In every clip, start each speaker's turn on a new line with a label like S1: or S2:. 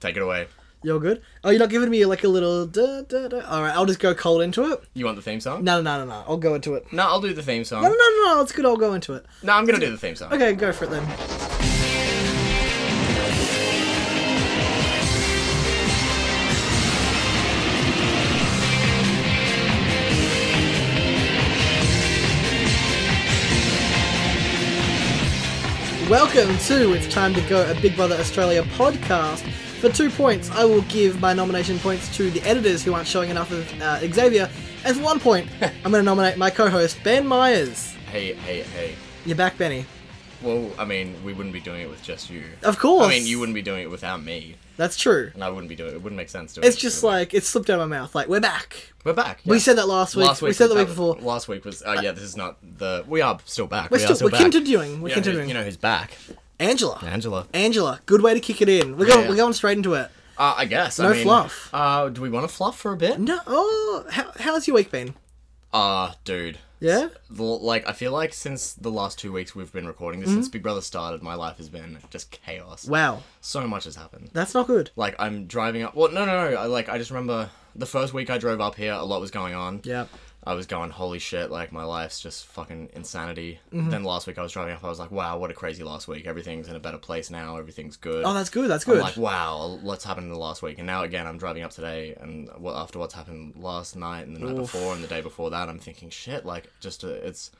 S1: Take it away.
S2: You're good. Oh, you're not giving me like a little. Da, da, da. All right, I'll just go cold into it.
S1: You want the theme song?
S2: No, no, no, no, no. I'll go into it.
S1: No, I'll do the theme song.
S2: No, no, no, no. It's good. I'll go into it.
S1: No, I'm gonna do the theme song.
S2: Okay, go for it then. Welcome to It's Time to Go, a Big Brother Australia podcast. For two points, I will give my nomination points to the editors who aren't showing enough of uh, Xavier. And for one point, I'm going to nominate my co host, Ben Myers.
S1: Hey, hey, hey.
S2: You're back, Benny.
S1: Well, I mean, we wouldn't be doing it with just you.
S2: Of course.
S1: I mean, you wouldn't be doing it without me,
S2: That's true.
S1: and I wouldn't be doing it. It wouldn't make sense to.
S2: It's just like, it slipped out of my mouth. Like, we're back.
S1: we're back.
S2: We
S1: yeah.
S2: said that last week.
S1: Last week
S2: we said
S1: was-
S2: the week
S1: that
S2: before. Uh,
S1: was- Last week was. Oh yeah, this is not the. We are still back.
S2: We're
S1: we
S2: still,
S1: are still
S2: we're
S1: back.
S2: continuing. We're
S1: You know who-
S2: continuing.
S1: you know who's back?
S2: Angela.
S1: Angela.
S2: Angela, good way to kick it in. We're going,
S1: Yeah.
S2: we're going straight into it.
S1: Uh, I guess. I
S2: No
S1: mean,
S2: fluff.
S1: Uh, do we want to fluff for a bit?
S2: No, oh, how, how's your week been?
S1: Ah, dude.
S2: Yeah?
S1: The- Like I feel like since the last two weeks we've been recording this,
S2: Mm-hmm.
S1: since Big Brother started, my life has been just chaos.
S2: Wow,
S1: So much has happened.
S2: that's not good.
S1: Like I'm driving up. Well, no, no, no. I, like I just remember the first week I drove up here, a lot was going on.
S2: Yeah.
S1: I was going, holy shit! Like my life's just fucking insanity.
S2: Mm-hmm.
S1: Then last week I was driving up, I was like, wow, what a crazy last week. Everything's in a better place now. Everything's good.
S2: Oh, that's good. That's
S1: I'm
S2: good.
S1: like, wow, what's happened in the last week? And now again, I'm driving up today, and well, after what's happened last night and the night
S2: Oof.
S1: before and the day before that, I'm thinking, shit, like, just uh, it's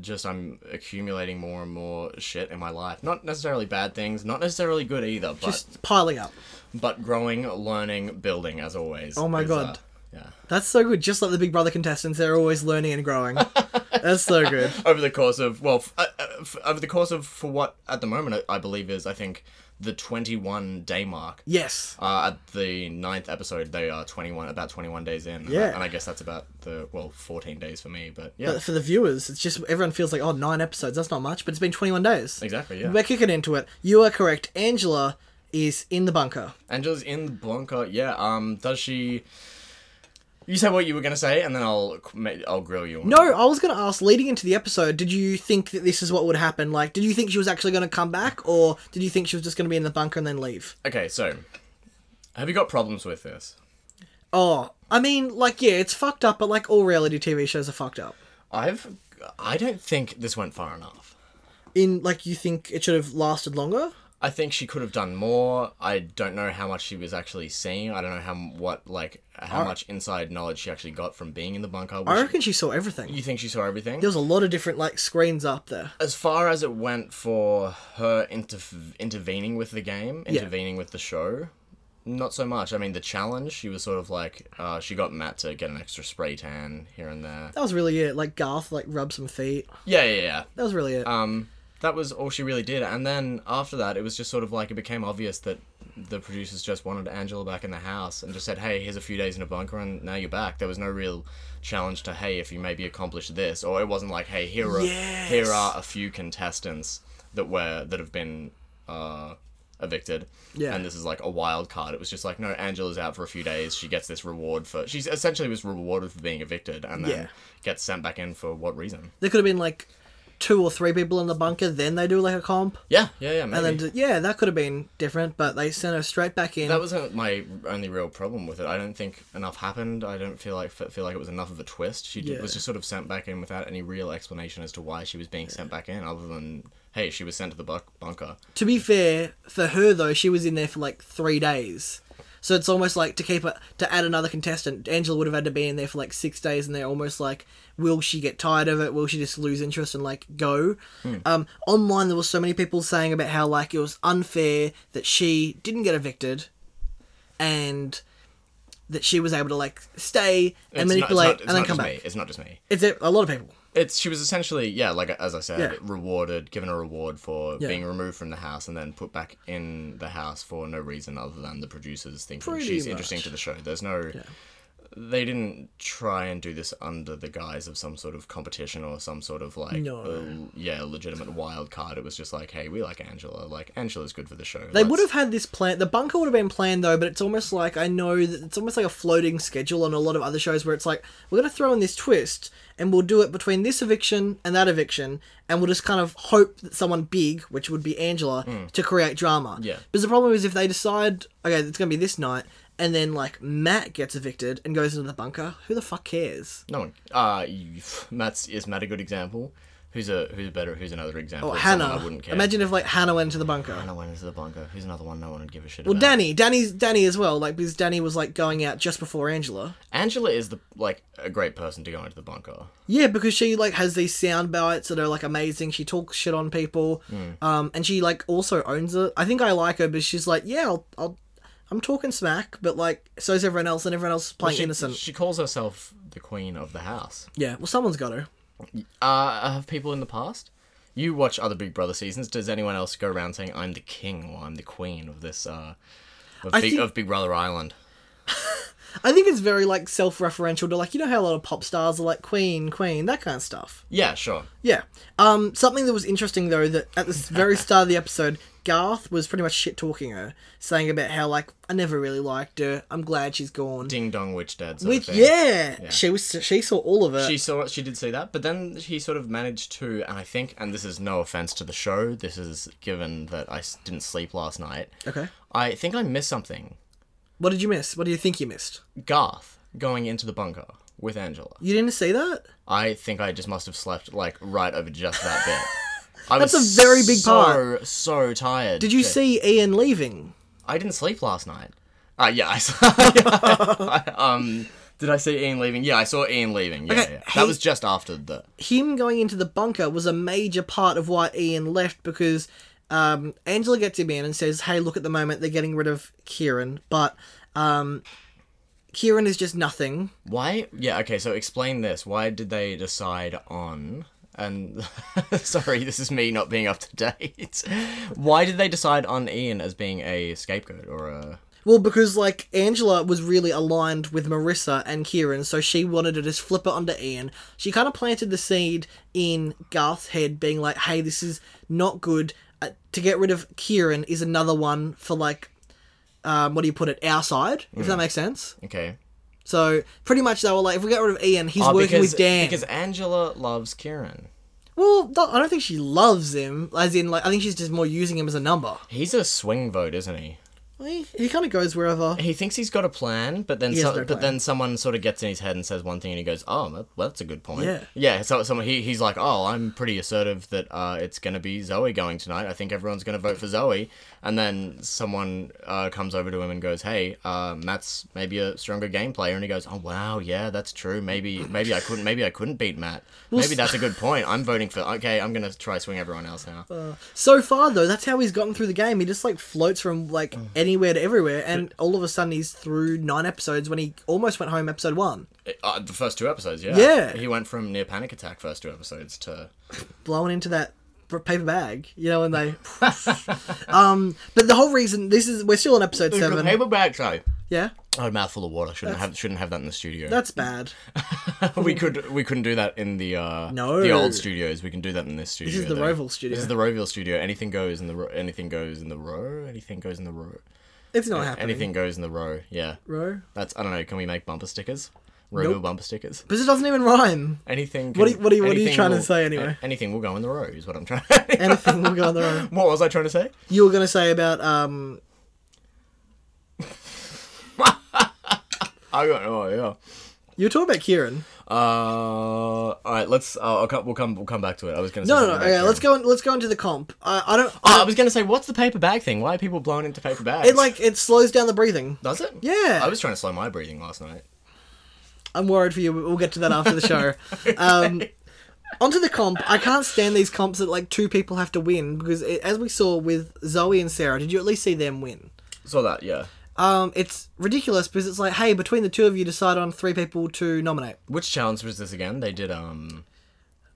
S1: just I'm accumulating more and more shit in my life. Not necessarily bad things, not necessarily good either, but
S2: Just piling up.
S1: but growing, learning, building as always.
S2: Oh my
S1: is, uh,
S2: God.
S1: yeah.
S2: That's so good. Just like the Big Brother contestants, they're always learning and growing. that's so good.
S1: Over the course of well, f- uh, uh, f- over the course of for what at the moment I I believe is I think the 21 day mark.
S2: Yes.
S1: Uh, at the ninth episode, they are twenty-one, about twenty-one days in. Uh,
S2: Yeah.
S1: and I guess that's about the well, fourteen days for me. But yeah,
S2: But Uh, for the viewers, it's just everyone feels like, oh, nine episodes, that's not much, but it's been 21 days.
S1: exactly. Yeah,
S2: We're kicking into it. You are correct. Angela is in the bunker.
S1: Angela's in the bunker. Yeah. Um, does she? You say what you were gonna say, and then I'll ma- I'll grill you. On
S2: No, I was going to ask, leading into the episode, did you think that this is what would happen? Like, did you think she was actually going to come back, or did you think she was just going to be in the bunker and then leave?
S1: it. Okay, so have you got problems with this?
S2: Oh, I mean, like, yeah, it's fucked up, but like all reality TV shows are fucked up.
S1: I've I don't think this went far enough.
S2: In, like, you think it should have lasted longer?
S1: I think she could have done more. I don't know how much she was actually seeing. I don't know how m- what like how much inside knowledge she actually got from being in the bunker. Was
S2: I
S1: she-
S2: reckon she saw everything.
S1: you think she saw everything?
S2: There was a lot of different, like, screens up there.
S1: as far as it went for her inter- intervening with the game, intervening with the show, not so much. I mean, the challenge, she was sort of like, uh, she got Matt to get an extra spray tan here and there.
S2: That was really it. Like, Garth, like, rubbed some feet.
S1: Yeah, yeah, yeah.
S2: That was really it.
S1: Um, that was all she really did. And then after that, it was just sort of like it became obvious that the producers just wanted Angela back in the house and just said, hey, here's a few days in a bunker and now you're back. There was no real challenge to, hey, if you maybe accomplish this. Or it wasn't like, hey, here are, here
S2: Yes.
S1: are a few contestants that were that have been uh, evicted.
S2: Yeah.
S1: And this is like a wild card. It was just like, no, Angela's out for a few days. She gets this reward for. She essentially was rewarded for being evicted and then
S2: Yeah.
S1: gets sent back in for what reason?
S2: there could have been, like, two or three people in the bunker, then they do, like, a comp.
S1: Yeah, yeah, yeah. Maybe.
S2: And then, d- yeah, that could have been different, but they sent her straight back in.
S1: That wasn't my only real problem with it. I don't think enough happened. I don't feel like feel like it was enough of a twist. She did,
S2: Yeah.
S1: was just sort of sent back in without any real explanation as to why she was being sent back in, other than hey, she was sent to the bu- bunker.
S2: To be fair, for her though, she was in there for like three days. So it's almost like to keep it to add another contestant, Angela would have had to be in there for like six days, and they're almost like, will she get tired of it? Will she just lose interest and like go?
S1: Hmm.
S2: Um, online, there were so many people saying about how like it was unfair that she didn't get evicted, and that she was able to like stay and
S1: It's not- it's
S2: manipulate
S1: not- it's
S2: and then
S1: not
S2: come
S1: just
S2: back.
S1: Me. It's not just me.
S2: It's a, a lot of people.
S1: It's she was essentially yeah, like as I said,
S2: Yeah.
S1: rewarded, given a reward for
S2: Yeah.
S1: being removed from the house and then put back in the house for no reason other than the producers thinking
S2: Pretty
S1: she's
S2: much.
S1: interesting to the show. There's no. they didn't try and do this under the guise of some sort of competition or some sort of like
S2: No.
S1: uh, yeah legitimate wild card. It was just like, hey, we like Angela. Like Angela's good for the show.
S2: They would have had this plan. The bunker would have been planned though, but it's almost like I know that it's almost like a floating schedule on a lot of other shows where it's like we're gonna throw in this twist and we'll do it between this eviction and that eviction, and we'll just kind of hope that someone big, which would be Angela, to create drama.
S1: Hmm. Yeah.
S2: Because the problem is if they decide okay, it's gonna be this night, and then like Matt gets evicted and goes into the bunker, who the fuck cares?
S1: No one. Uh, you- Matt's is Matt a good example? Who's a who's a better? Who's another example?
S2: Or
S1: of someone
S2: Hannah.
S1: I wouldn't care.
S2: Imagine if like Hannah went into the bunker.
S1: Hannah went into the bunker. Who's another one? No one would give a shit.
S2: Well,
S1: about?
S2: Danny, Danny's Danny as well, like because Danny was like going out just before Angela.
S1: Angela is the like a great person to go into the bunker.
S2: Yeah, because she like has these sound bites that are like amazing. She talks shit on people, um, and she like also owns it. I think I like her, but she's like, yeah, I'll, I'll I'm talking smack, but like so's everyone else, and everyone else is playing
S1: She,
S2: innocent.
S1: she calls herself the queen of the house.
S2: yeah, well, someone's got her.
S1: Uh, have people in the past? You watch other Big Brother seasons. Does anyone else go around saying I'm the king or I'm the queen of this uh of,
S2: I
S1: big,
S2: think-
S1: of Big Brother Island?
S2: I think it's very like self-referential to like you know how a lot of pop stars are like Queen, Queen, that kind of stuff.
S1: Yeah, sure.
S2: Yeah. Um, something that was interesting though that at the s- very start of the episode, Garth was pretty much shit talking her, saying about how like I never really liked her. I'm glad she's gone.
S1: Ding dong witch dad. Sort
S2: Which
S1: of thing.
S2: yeah, she was she saw all of it.
S1: She saw she did see that, but then he sort of managed to, and I think, and this is no offense to the show. This is given that I s- didn't sleep last night.
S2: okay.
S1: I think I missed something.
S2: What did you miss? What do you think you missed?
S1: Garth going into the bunker with Angela.
S2: You didn't see that?
S1: I think I just must have slept like right over just that bit. I
S2: That's
S1: was
S2: a very big
S1: so,
S2: part.
S1: So tired.
S2: Did you
S1: that-
S2: see Ian leaving?
S1: I didn't sleep last night. Uh, yeah, I saw. I, um, did I see Ian leaving? Yeah, I saw Ian leaving. Yeah,
S2: Okay,
S1: yeah.
S2: he-
S1: that was just after the.
S2: Him going into the bunker was a major part of why Ian left because um, Angela gets him in and says, "Hey, look at the moment they're getting rid of Kieran, but um, Kieran is just nothing."
S1: Why? Yeah, okay, so explain this. Why did they decide on. And sorry, this is me not being up to date. Why did they decide on Ian as being a scapegoat or a.
S2: Well, because like Angela was really aligned with Marissa and Kieran, so she wanted to just flip it onto Ian. She kind of planted the seed in Garth's head, being like, "Hey, this is not good. Uh, to get rid of Kieran is another one for like, um, what do you put it? Our side, if
S1: Mm.
S2: that makes sense."
S1: Okay.
S2: So pretty much they were like, "If we get rid of Ian, he's
S1: Oh,
S2: working
S1: because,
S2: with Dan."
S1: Because Angela loves Kieran.
S2: Well, th- I don't think she loves him. As in, like, I think she's just more using him as a number.
S1: He's a swing vote, isn't he?
S2: He, he kind of goes wherever.
S1: He thinks he's got a plan, but then
S2: has
S1: so,
S2: no
S1: but
S2: plan.
S1: then someone sort of gets in his head and says one thing, and he goes, "Oh, that, well, that's a good point."
S2: Yeah.
S1: yeah. So someone he, he's like, "Oh, I'm pretty assertive that uh, it's gonna be Zoe going tonight. I think everyone's gonna vote for Zoe." And then someone uh, comes over to him and goes, "Hey, uh, Matt's maybe a stronger game player," and he goes, "Oh, wow, yeah, that's true. Maybe maybe I couldn't maybe I couldn't beat Matt. Maybe that's a good point. I'm voting for okay. I'm gonna try swing everyone else now."
S2: So far, though, that's how he's gotten through the game. He just like floats from like anywhere to everywhere, and all of a sudden he's through nine episodes when he almost went home episode one,
S1: Uh, the first two episodes, yeah.
S2: Yeah.
S1: He went from near panic attack first two episodes to
S2: blowing into that p- paper bag, you know, and they. um, but the whole reason this is we're still on episode seven.
S1: paperback show.
S2: Yeah,
S1: Oh, mouthful of water. Shouldn't have shouldn't have that in the studio.
S2: that's bad.
S1: we could we couldn't do that in the uh
S2: No.
S1: the old studios. We can do that in this studio.
S2: This is the
S1: though.
S2: Roval studio.
S1: This is the Roval studio. Anything goes in the ro- anything goes in the row. Anything goes in the row.
S2: It's not happening.
S1: Anything goes in the row. Yeah.
S2: bro.
S1: That's I don't know. Can we make bumper stickers? Roval
S2: Nope.
S1: bumper stickers.
S2: Because it doesn't even rhyme.
S1: Anything.
S2: What
S1: can-
S2: are you- what are you- what are you
S1: anything
S2: trying to
S1: will-
S2: say anyway?
S1: a- Anything will go in the row is what I'm trying.
S2: Anything will go on the road.
S1: what was I trying to say?
S2: You were gonna say about um.
S1: I got oh yeah.
S2: You were talking about Kieran.
S1: Uh, all right. Let's. Uh, I'll come, we'll come. We'll come back to it. I was gonna.
S2: No,
S1: say
S2: no, no.
S1: something
S2: Okay,
S1: about
S2: let's
S1: Kieran.
S2: go. On, let's go into the comp. I, I don't.
S1: Oh, I was gonna say, what's the paper bag thing? Why are people blowing into paper bags?
S2: It like it slows down the breathing.
S1: does it?
S2: Yeah.
S1: I was trying to slow my breathing last night.
S2: I'm worried for you. but We'll get to that after the show. um, onto the comp. I can't stand these comps that like two people have to win because, it, as we saw with Zoe and Sarah, did you at least see them win?
S1: Saw that. Yeah.
S2: Um, it's ridiculous because it's like, hey, between the two of you, decide on three people to nominate.
S1: Which challenge was this again? They did um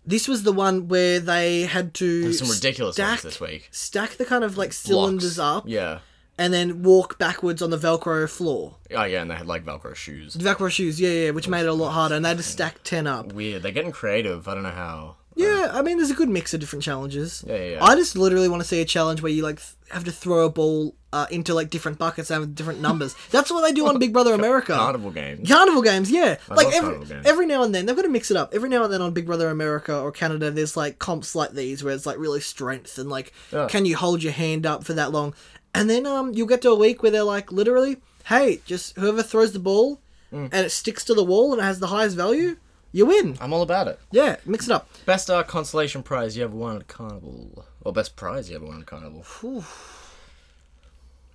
S2: This was the one where they had to
S1: some ridiculous
S2: stack,
S1: ones this week.
S2: Stack the kind of like cylinders
S1: Blocks.
S2: up,
S1: Yeah.
S2: and then walk backwards on the Velcro floor.
S1: Oh yeah, and they had like Velcro shoes.
S2: Velcro shoes, yeah, yeah, which made it a lot harder, and they had to stack 10 up.
S1: Weird. They're getting creative. I don't know how.
S2: Yeah, I mean, there's a good mix of different challenges.
S1: Yeah, yeah, yeah.
S2: I just literally want to see a challenge where you, like, th- have to throw a ball uh, into, like, different buckets and have different numbers. That's what they do on Big Brother America.
S1: Carnival games.
S2: Carnival games, yeah. like
S1: love
S2: every
S1: carnival games.
S2: every now and then they've got to mix it up. Every now and then on Big Brother America or Canada, there's like comps like these where it's like really strength and like
S1: Yeah.
S2: can you hold your hand up for that long? And then um you'll get to a week where they're like literally, hey, just whoever throws the ball
S1: Mm.
S2: and it sticks to the wall and it has the highest value, you win.
S1: I'm all about it.
S2: Yeah, mix it up.
S1: Best uh, consolation prize you ever won at carnival, or best prize you ever won at carnival.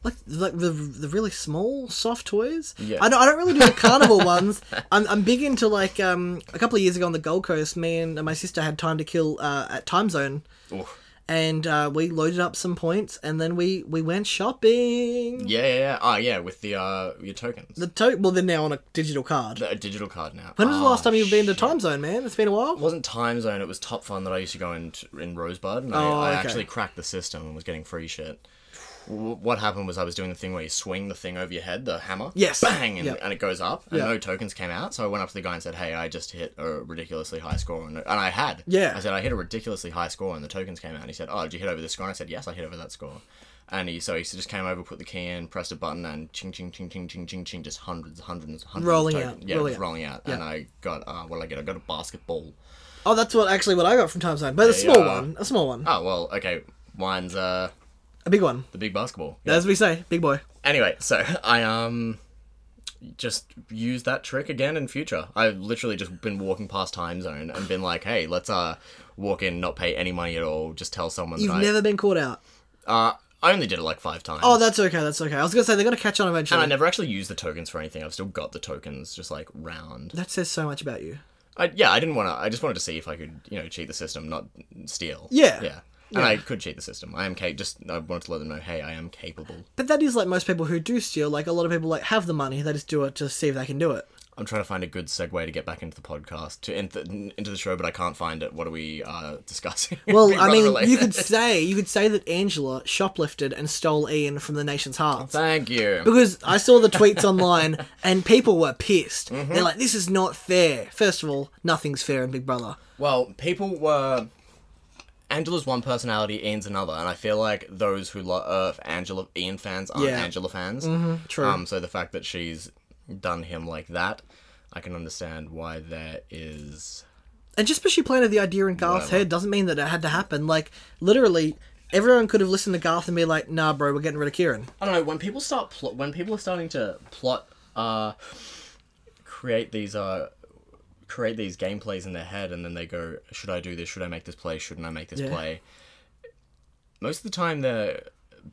S2: Like, like the the really small soft toys.
S1: Yeah.
S2: I don't, I don't really do the carnival ones. I'm, I'm big into like um a couple of years ago on the Gold Coast, me and my sister had time to kill uh, at Time Zone,
S1: Oof.
S2: and uh, we loaded up some points, and then we we went shopping.
S1: Yeah, yeah, yeah. Oh, yeah, with the uh, your tokens.
S2: The to- well, they're now on a digital card.
S1: The- a digital card now.
S2: When was the
S1: Oh,
S2: last time you've been to
S1: shit.
S2: Time Zone, man? It's been a
S1: It
S2: while.
S1: wasn't Time Zone. It was Top Fun that I used to go in in Rosebud, and I,
S2: Oh,
S1: I
S2: okay.
S1: actually cracked the system and was getting free shit. W- What happened was I was doing the thing where you swing the thing over your head, the hammer.
S2: Yes.
S1: Bang, and,
S2: Yep.
S1: and it goes up, and
S2: Yep.
S1: no tokens came out. So I went up to the guy and said, "Hey, I just hit a ridiculously high score," and, and I had.
S2: Yeah.
S1: I said I hit a ridiculously high score, and the tokens came out. And he said, "Oh, did you hit over this score?" And I said, "Yes, I hit over that score." And he, so he just came over, put the key in, pressed a button, and ching, ching, ching, ching, ching, ching, ching, just hundreds, hundreds, hundreds.
S2: Rolling
S1: of tokens.
S2: out,
S1: Yeah,
S2: rolling
S1: just
S2: out.
S1: rolling out. And I got, uh, what did I get? I got a basketball.
S2: Oh, that's what actually what I got from Time Zone, but a
S1: Yeah,
S2: small
S1: yeah.
S2: one, a small one,
S1: Oh well, okay. Mine's uh
S2: a big one.
S1: the big basketball.
S2: As we say, big boy.
S1: Anyway, so I um just use that trick again in future. I've literally just been walking past time zone and been like, hey, let's uh walk in, not pay any money at all, just tell someone
S2: You've
S1: that
S2: never been caught out.
S1: I, uh I only did it like five times.
S2: Oh, that's okay. That's okay. I was gonna say they're gonna catch on eventually.
S1: and I never actually used the tokens for anything. I've still got the tokens just like round.
S2: That says so much about you.
S1: I, yeah, I didn't want to. I just wanted to see if I could, you know, cheat the system, not steal.
S2: Yeah.
S1: Yeah. And I could cheat the system. I am ca- just I wanted to let them know, hey, I am capable.
S2: But that is like most people who do steal. Like a lot of people like have the money, they just do it to see if they can do it.
S1: I'm trying to find a good segue to get back into the podcast, to in the, into the show, but I can't find it. What are we uh, discussing?
S2: Well,
S1: Big
S2: I
S1: Brother
S2: mean,
S1: related.
S2: you could say you could say that Angela shoplifted and stole Ian from the nation's hearts.
S1: Thank you.
S2: Because I saw the tweets online and people were pissed. They're like, "This is not fair." First of all, nothing's fair in Big Brother.
S1: Well, people were. Angela's one personality, Ian's another, and I feel like those who love Angela Ian fans aren't
S2: Yeah. Mm-hmm,
S1: Angela fans.
S2: True.
S1: Um, so the fact that she's done him like that, I can understand why there is.
S2: And just because she planted the idea in Garth's
S1: Whatever.
S2: head doesn't mean that it had to happen. Like literally, everyone could have listened to Garth and be like, "Nah, bro, we're getting rid of Kieran."
S1: I don't know when people start pl- when people are starting to plot uh create these uh create these gameplays in their head and then they go should I do this should I make this play shouldn't I make this
S2: Yeah.
S1: play most of the time they're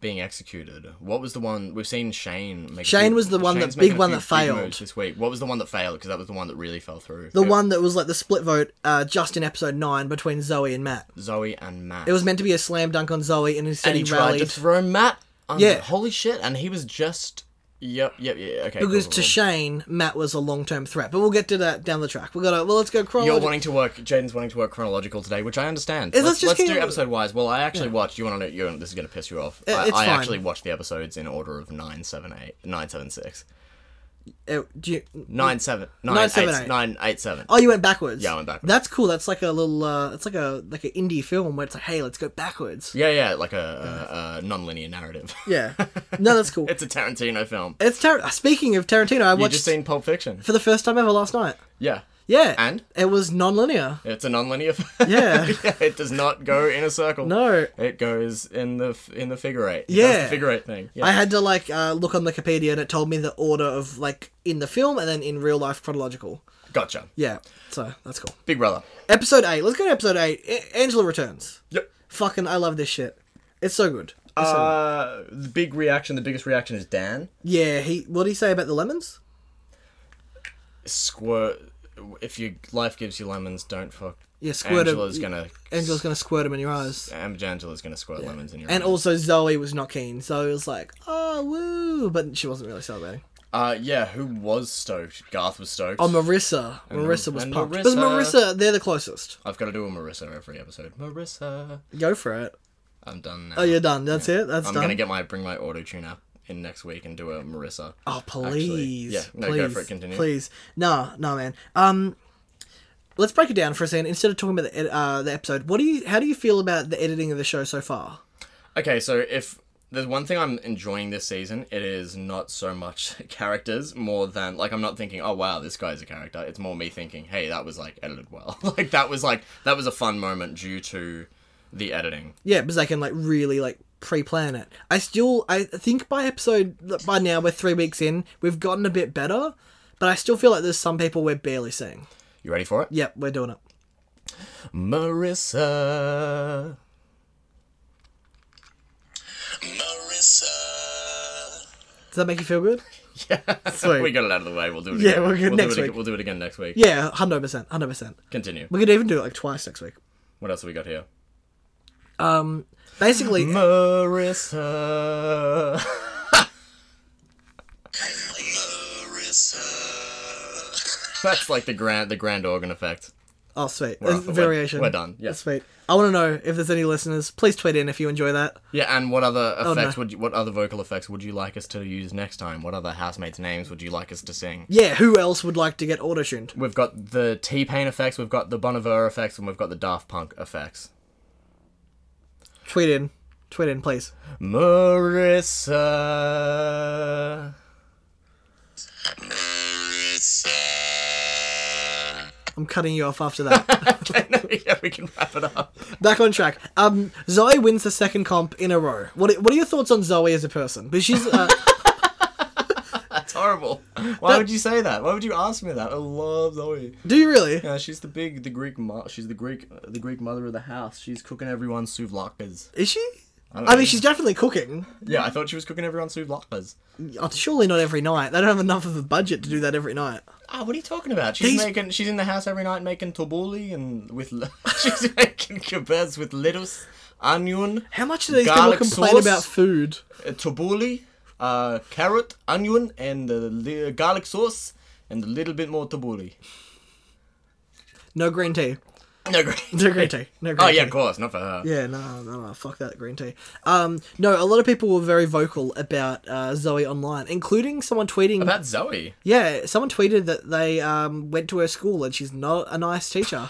S1: being executed what was the one we've seen Shane make a
S2: Shane
S1: few-
S2: was the one that-
S1: Shane's
S2: big
S1: making a
S2: one
S1: few
S2: that failed.
S1: moves this week what was the one that failed because that was the one that really fell through
S2: The
S1: It-
S2: one that was like the split vote uh, just in episode nine between Zoe and Matt.
S1: Zoe and Matt
S2: It was meant to be a slam dunk on Zoe, and instead
S1: and he
S2: he,
S1: tried to
S2: rallied
S1: throw Matt under.
S2: Yeah.
S1: holy shit and he was just yep yep yeah okay
S2: because
S1: cool,
S2: to
S1: cool, cool.
S2: Shane, Matt was a long term threat. But we'll get to that down the track. We gotta well, let's go
S1: You're
S2: chronological.
S1: wanting to work. Jaden's wanting to work chronological today, which I understand.
S2: let's
S1: let's
S2: just
S1: let's
S2: keep
S1: do
S2: it-
S1: episode wise. Well, I actually watched. You want to know? You this is going to piss you off. I,
S2: it's
S1: I
S2: fine.
S1: actually watched the episodes in order of nine, seven, eight, nine, seven, six,
S2: Uh, do you,
S1: nine, seven, nine,
S2: Nine,
S1: eight,
S2: seven, eight.
S1: nine, eight, seven.
S2: oh, you went backwards.
S1: Yeah, I went backwards.
S2: That's cool. That's like a little. Uh, it's like a like an indie film where it's like, hey, let's go backwards.
S1: Yeah, yeah, like a, a, a non-linear narrative.
S2: Yeah. No, that's cool.
S1: it's a Tarantino film.
S2: it's tar- speaking of Tarantino, I
S1: You
S2: watched
S1: just seen Pulp Fiction.
S2: for the first time ever last night.
S1: Yeah,
S2: Yeah.
S1: And?
S2: it was non-linear.
S1: it's a non-linear. Film.
S2: Yeah.
S1: yeah, it does not go in a circle.
S2: No.
S1: it goes in the f- in the figure eight. It does the
S2: Yeah.
S1: figure eight thing. Yeah.
S2: I had to like uh, look on Wikipedia and it told me the order of like in the film and then in real life chronological.
S1: gotcha.
S2: Yeah, so that's cool.
S1: Big Brother.
S2: Episode eight. Let's go to episode eight. A- Angela returns.
S1: Yep.
S2: Fucking, I love this shit. It's so good. It's so good.
S1: Uh, the big reaction, the biggest reaction is Dan.
S2: Yeah. He. What did he say about the lemons?
S1: Squirt. If your life gives you lemons, don't fuck.
S2: Yeah, squirt 'em.
S1: Angela's gonna.
S2: Angela's gonna squirt him in your eyes.
S1: Am- Angela's gonna squirt lemons in your.
S2: And
S1: eyes.
S2: also Zoe was not keen. Zoe was like, "Oh, woo," but she wasn't really celebrating.
S1: Uh, yeah. Who was stoked? Garth was stoked.
S2: Oh, Marissa. Marissa was
S1: and
S2: pumped. But
S1: Marissa-
S2: Marissa, they're the closest.
S1: I've got to do a Marissa every episode. Marissa.
S2: Go for it.
S1: I'm done now.
S2: Oh, you're done. That's it. That's
S1: I'm
S2: done.
S1: gonna get my bring my auto tune app in next week and do a Marissa.
S2: Oh
S1: actually.
S2: please,
S1: Yeah, no,
S2: please,
S1: go for it. Continue.
S2: Please, no, no, man. Um, let's break it down for a second. Instead of talking about the ed- uh, the episode, what do you? How do you feel about the editing of the show so far?
S1: Okay, so if there's one thing I'm enjoying this season, it is not so much characters, more than like I'm not thinking, oh wow, this guy's a character. It's more me thinking, hey, that was like edited well. like that was like that was a fun moment due to the editing.
S2: Yeah, because they can like really like pre-plan it. I still, I think by episode by now we're three weeks in, we've gotten a bit better, but I still feel like there's some people we're barely seeing.
S1: You ready for it?
S2: Yep, we're doing it.
S1: Marissa.
S3: Marissa.
S2: Does that make you feel good?
S1: Yeah.
S2: Sweet.
S1: we got it out of the way. We'll do it.
S2: Yeah,
S1: again.
S2: we'll do it
S1: do
S2: next
S1: it ag-
S2: week.
S1: We'll do it again next week.
S2: Yeah, hundred percent, hundred percent.
S1: Continue.
S2: We could even do it like twice next week.
S1: What else have we got here?
S2: Basically,
S1: Marissa.
S3: Marissa.
S1: That's like the grand the grand organ effect.
S2: oh sweet,
S1: We're off it. We're-
S2: variation.
S1: We're done. Yeah.
S2: Sweet. I want to know if there's any listeners. Please tweet in if you enjoy that.
S1: Yeah, and what other
S2: no.
S1: effects would you, what other vocal effects would you like us to use next time? What other housemates' names would you like us to sing?
S2: Yeah, who else would like to get auto tuned?
S1: We've got the T Pain effects, we've got the Bon Iver effects, and we've got the Daft Punk effects.
S2: Tweet in, tweet in, please.
S1: Marissa.
S3: Marissa.
S2: I'm cutting you off after that.
S1: Okay, no, yeah, we can wrap it up.
S2: Back on track. Um, Zoe wins the second comp in a row. What are, What are your thoughts on Zoe as a person? But she's uh,
S1: That's horrible. Why would you say that? Why would you ask me that? I love Zoe.
S2: do you really?
S1: Yeah, she's the big, the Greek, mo- she's the Greek, the Greek mother of the house. She's cooking everyone souvlakas.
S2: Is she?
S1: don't
S2: I,
S1: know.
S2: mean, she's definitely cooking.
S1: Yeah, I thought she was cooking everyone souvlakas.
S2: Oh, surely not every night. They don't have enough of a budget to do that every night.
S1: Ah, what are you talking about? She's
S2: These-
S1: making. She's in the house every night making tobuli and with. l- she's making kebabs with lettuce, onion,
S2: How much do these
S1: Garlic
S2: people complain
S1: sauce?
S2: about food?
S1: uh, tobuli, uh, carrot, onion, and uh, li- garlic sauce, and a little bit more tobuli.
S2: No green tea.
S1: No great.
S2: No green tea. No green
S1: Oh
S2: tea.
S1: yeah, of course, not for her.
S2: Yeah, no, no, no, fuck that green tea. Um, no, a lot of people were very vocal about uh, Zoe online, including someone tweeting.
S1: About Zoe.
S2: yeah, someone tweeted that they um, went to her school and she's not a nice teacher.